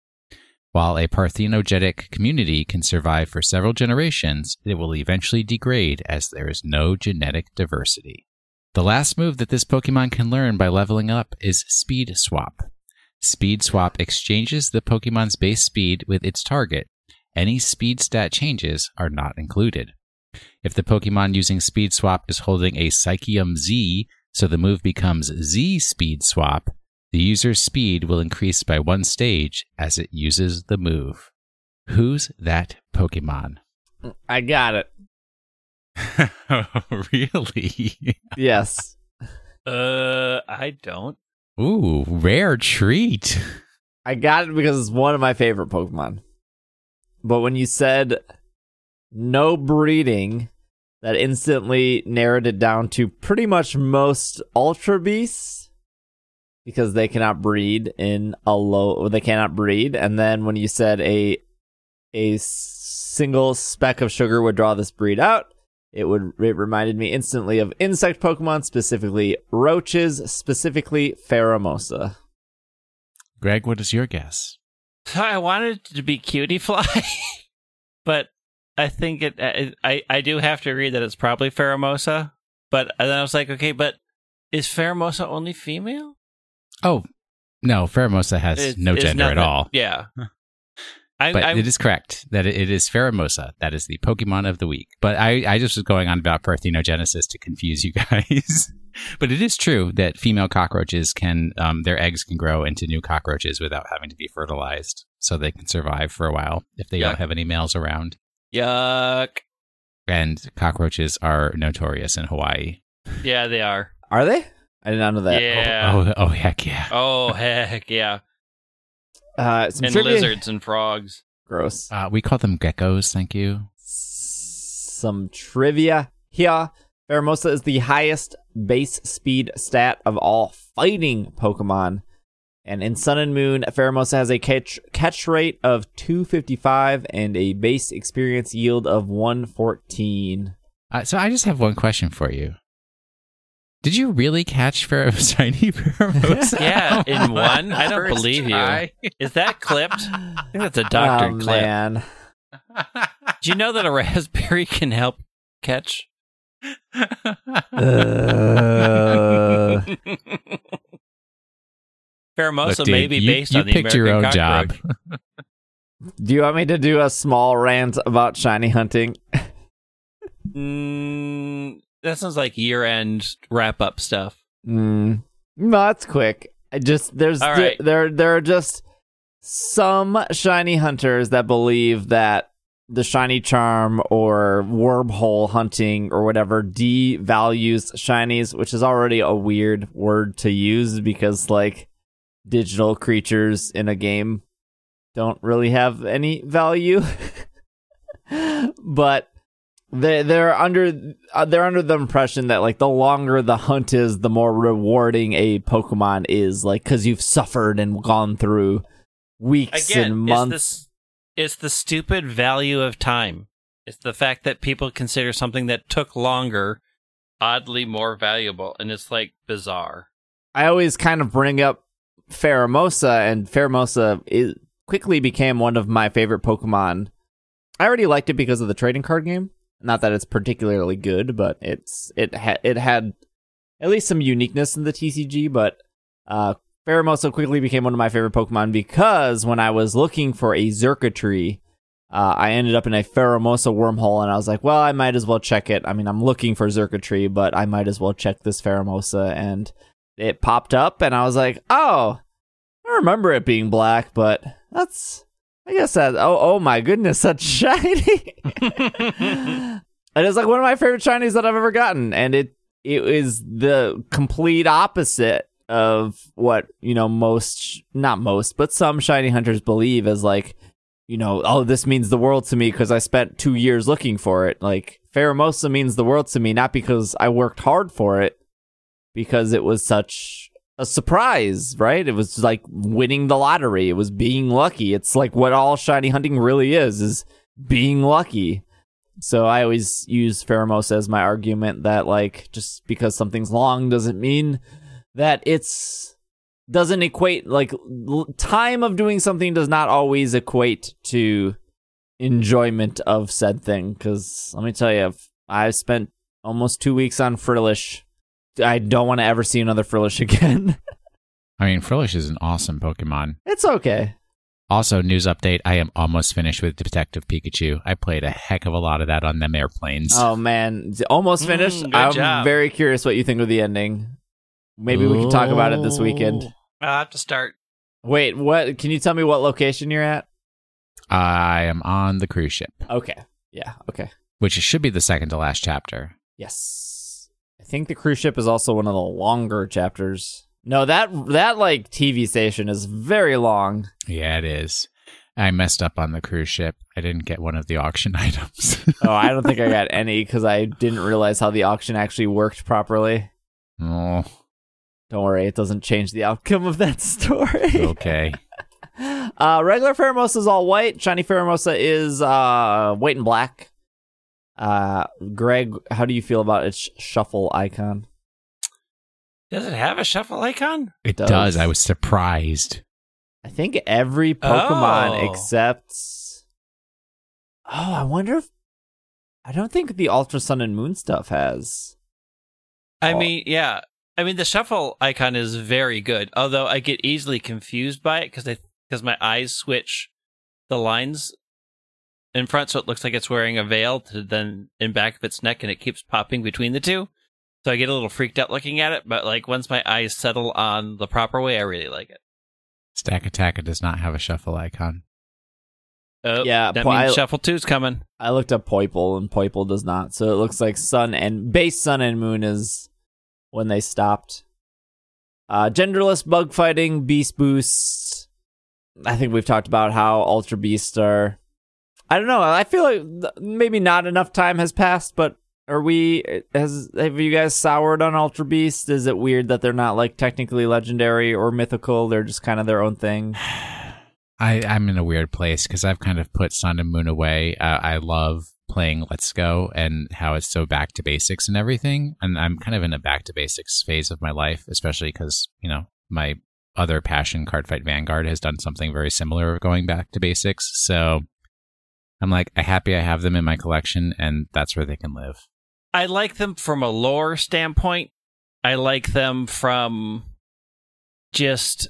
While a parthenogenetic community can survive for several generations, it will eventually degrade as there is no genetic diversity. The last move that this Pokemon can learn by leveling up is Speed Swap. Speed Swap exchanges the Pokemon's base speed with its target. Any speed stat changes are not included. If the Pokemon using Speed Swap is holding a Psychium Z, so the move becomes Z Speed Swap, the user's speed will increase by one stage as it uses the move. Who's that *laughs* Pokemon?
I got it.
really?
Yes.
Uh, I don't.
Ooh, rare treat.
I got it because it's one of my favorite Pokemon. But when you said no breeding, that instantly narrowed it down to pretty much most Ultra Beasts because they cannot breed in a low, or they cannot breed. And then when you said a a single speck of sugar would draw this breed out, it would it reminded me instantly of insect Pokemon, specifically roaches, specifically Pheromosa.
Greg, what is your guess?
So I wanted it to be cutie fly, *laughs* but I think it. I, I I do have to agree that it's probably Pheromosa. But and then I was like, okay, but is Pheromosa only female?
Oh, no, Pheromosa has
It's-
no
it's
gender at
nothing.
all.
Yeah. I,
but
I,
it is correct that it- it is Pheromosa. That is the Pokemon of the week. But I, I just was going on about Parthenogenesis to confuse you *laughs* guys. but it is true that female cockroaches can, um, their eggs can grow into new cockroaches without having to be fertilized. So they can survive for a while if they
Yeah.
don't have any males around.
yuck.
And cockroaches are notorious in Hawaii.
Yeah, they are.
Are they? I did not know that.
Yeah.
Oh, oh, heck yeah.
Oh *laughs* heck yeah!
Uh, some
And
trivia-
lizards and frogs.
Gross.
Oh.
Uh, we call them geckos. Thank you.
some trivia here. Faramosa is the highest base speed stat of all fighting Pokemon. And in Sun and Moon, Faramosa has a catch catch rate of 255 and a base experience yield of 114.
Uh, so I just have one question for you. Did you really catch Pharaoh's *laughs* tiny Pharaoh's?
*laughs* Yeah, in one? I don't believe you. Is that
*laughs*
clipped? I think that's a *laughs* doctor
oh,
clip. *laughs*
man.
Do you know that a *laughs* raspberry can help catch?
Ugh.
Pheromosa
Look,
may
dude,
be
you-
based
you
on the
picked your
American
own
cockroach.
Do you want me to do a small rant about shiny hunting?
Mm, that sounds like year-end wrap-up stuff.
Mm. No, that's quick. I just there's
All right.
there there are just some shiny hunters that believe that the shiny charm or wormhole hunting or whatever devalues shinies, which is already a weird word to use because like digital creatures in a game don't really have any value. *laughs* but they they're under uh, they're under the impression that like the longer the hunt is, the more rewarding a Pokemon is, like because you've suffered and gone through weeks
Again,
and
it's,
months.
this, it's the stupid value of time. It's the fact that people consider something that took longer oddly more valuable, and it's like bizarre.
I always kind of bring up Pheromosa, and Pheromosa is, quickly became one of my favorite Pokemon. I already liked it because of the trading card game. Not that it's particularly good, but it's it ha- it had at least some uniqueness in the TCG. But uh, Pheromosa quickly became one of my favorite Pokemon because when I was looking for a Zerkatree, uh, I ended up in a Pheromosa wormhole, and I was like, well, I might as well check it. I mean, I'm looking for Zerkatree, but I might as well check this Pheromosa, and it popped up and I was like, "Oh, I remember it being black, but that's I guess that oh oh my goodness, that's *laughs* shiny." and it's like one of my favorite shinies that I've ever gotten and it it is the complete opposite of what, you know, most not most, but some shiny hunters believe as like you know, oh, this means the world to me because I spent two years looking for it. Like, Pheromosa means the world to me, not because I worked hard for it, because it was such a surprise, right? It was like winning the lottery. It was being lucky. It's like what all shiny hunting really is is being lucky. So I always use pheromos as my argument that like just because something's long doesn't mean that it's doesn't equate like l- time of doing something does not always equate to enjoyment of said thing cuz let me tell you I've- I spent almost 2 weeks on Frillish. I don't want to ever see another Frillish *laughs* again.
I mean, Frillish is an awesome Pokemon.
it's okay.
Also, news update: I am almost finished with Detective Pikachu. I played a heck of a lot of that on them airplanes.
Oh man, It's almost
Mm,
finished.
good
I'm
job.
very curious what you think of the ending. Maybe we can talk about it this weekend.
I'll have to start.
Wait, what? Can you tell me what location you're at?
I am on the cruise ship,
Okay. Yeah. Okay.
which should be the second to last chapter.
Yes. I think the cruise ship is also one of the longer chapters. No, that that like TV station is very long.
Yeah, it is. I messed up on the cruise ship. I didn't get one of the auction *laughs* items.
Oh, I don't think I got any because I didn't realize how the auction actually worked properly.
oh,
Don't worry, it doesn't change the outcome of that *laughs* story.
okay.
Uh, regular Pheromosa is all white. Shiny Pheromosa is uh, white and black. Uh, Greg, how do you feel about its shuffle icon?
Does it have a shuffle icon?
It
Does.
does. I was surprised.
I think every Pokemon
Oh.
except. Oh, I wonder if. I don't think the Ultra Sun and Moon stuff has.
I
Oh.
mean, yeah. I mean, the shuffle icon is very good, although I get easily confused by it because I because my eyes switch the lines in front, so it looks like it's wearing a veil to then in back of its neck, and it keeps popping between the two. So I get a little freaked out looking at it, but like once my eyes settle on the proper way, I really like it.
Stack Attacker does not have a shuffle icon.
Oh,
Yeah,
that
po-
means
I-
shuffle two's coming.
I looked up Poiple and Poiple does not. So it looks like Sun and base Sun and Moon is when they stopped. Uh, genderless bug fighting, beast boosts. I think we've talked about how Ultra Beasts are. I don't know. I feel like th- maybe not enough time has passed, but are we? Has have you guys soured on Ultra Beast? Is it weird that they're not like technically legendary or mythical? They're just kind of their own thing.
I, I'm in a weird place because I've kind of put Sun and Moon away. Uh, I love playing Let's Go and how it's so back to basics and everything. And I'm kind of in a back to basics phase of my life, especially because, you know, my other passion, Cardfight Vanguard, has done something very similar of going back to basics. So I'm like, I'm happy I have them in my collection and that's where they can live.
I like them from a lore standpoint. I like them from just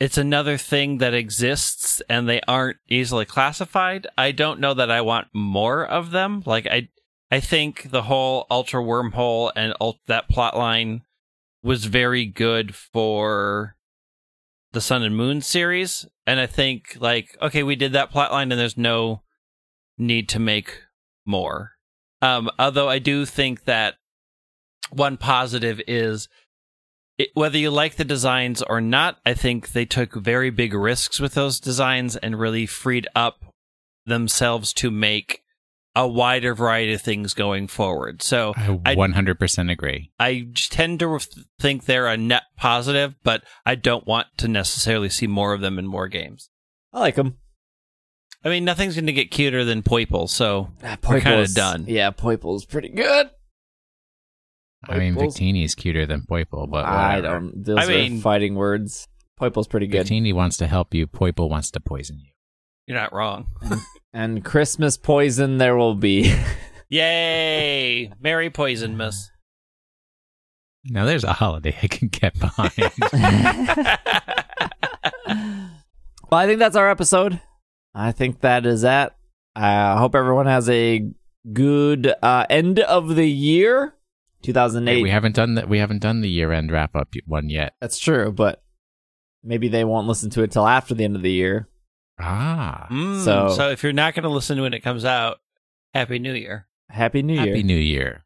it's another thing that exists and they aren't easily classified. I don't know that I want more of them. Like I I think the whole ultra wormhole and ult- that plot line was very good for the sun and moon series and I think like okay, we did that plot line and there's no need to make more. Um, although I do think that one positive is it, whether you like the designs or not, I think they took very big risks with those designs and really freed up themselves to make a wider variety of things going forward. So
I
I-
100% agree.
I j- tend to th- think they're a net positive, but I don't want to necessarily see more of them in more games.
I like them.
I mean, nothing's going to get cuter than Poiple, so
Ah,
We're kinda
Poiple's-
done.
Yeah, Poiple's pretty good.
I mean,
Poiple's-
Victini is cuter than Poiple, but
I
whatever.
don't. Those
I
are
mean-
fighting words. Poiple's pretty good.
Victini wants to help you, Poiple wants to poison you.
you're not wrong.
And Christmas poison there will be. *laughs*
Yay! *laughs* Merry Poison Miss.
Now there's a holiday I can
*laughs*
get behind.
Well, I think that's our episode. I think that is that. I hope everyone has a good uh, end of the year, 2008.
Wait, we haven't done that. We haven't done the year-end wrap-up y- one yet.
that's true, but maybe they won't listen to it till after the end of the year.
Ah,
Mm,
So-
so, if you're not going to listen when it comes out, Happy New
*laughs*
Year.
Happy New Mm, Year.
happy New Year!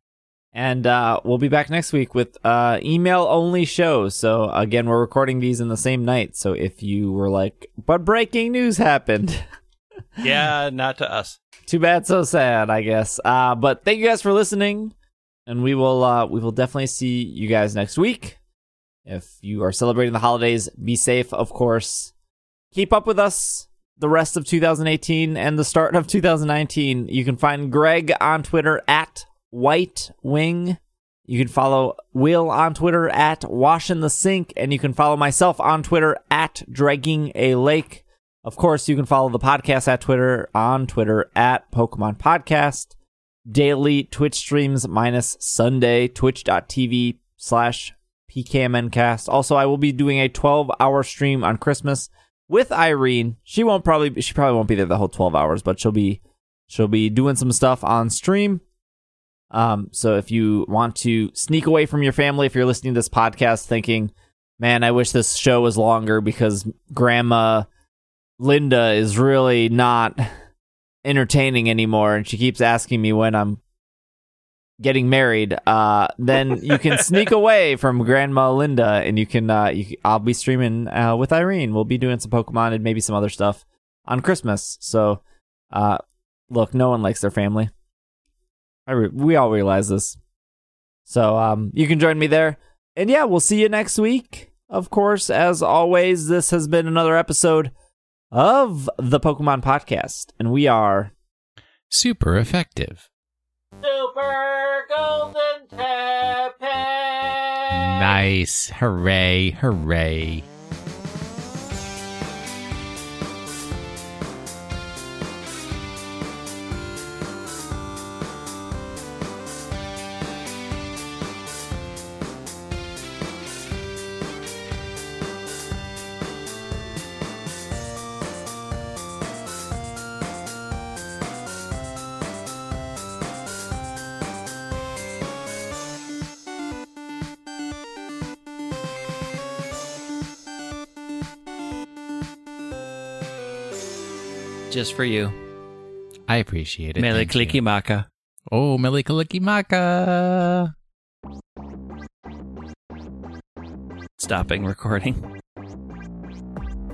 And uh, we'll be back next week with uh, email only show. So again, we're recording these in the same night. So if you were like, "But breaking news happened," *laughs*
Yeah, not to us.
too bad, so sad, I guess. Uh, but thank you guys for listening, and we will uh, we will definitely see you guys next week. If you are celebrating the holidays, be safe, of course. Keep up with us. the rest of 2018 and the start of 2019. You can find Greg on Twitter at White Wing. You can follow Will on Twitter at Wash in the Sink, and you can follow myself on Twitter at Dragging a Lake. Of course, you can follow the podcast at Twitter on Twitter at Pokemon Podcast. Daily Twitch streams minus Sunday, twitch.tv slash PKMNcast. Also, I will be doing a 12 hour stream on Christmas with Irene. She won't probably, she probably won't be there the whole 12 hours, but she'll be, she'll be doing some stuff on stream. Um, so if you want to sneak away from your family, if you're listening to this podcast thinking, man, I wish this show was longer because grandma Linda is really not entertaining anymore and she keeps asking me when I'm getting married, uh, then you can sneak away from Grandma Linda and you can, uh, you, I'll be streaming, uh, with Irene. We'll be doing some Pokemon and maybe some other stuff on Christmas. So, uh, look, no one likes their family. I re- we all realize this. So um, you can join me there. And yeah, we'll see you next week. Of course, as always, this has been another episode of the Pokemon Podcast. And we are.
Super effective.
Super golden
Nice. Hooray. Hooray.
Just for you.
I appreciate it.
Mele
Thank you.
Clicky Maka.
Oh, Melika Licky Maka.
Stopping recording.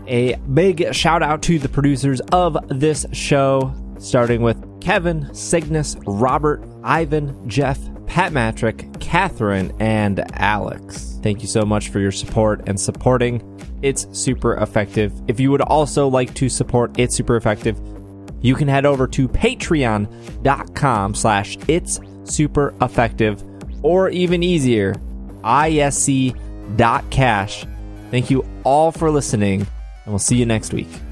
a big shout out to the producers of this show, starting with Kevin, Cygnus, Robert, Ivan, Jeff, Pat Matrick, Catherine, and Alex. Thank you so much for your support and supporting It's Super Effective. If you would also like to support It's Super Effective, you can head over to patreon.com slash it's super effective or even easier isc.cash thank you all for listening and we'll see you next week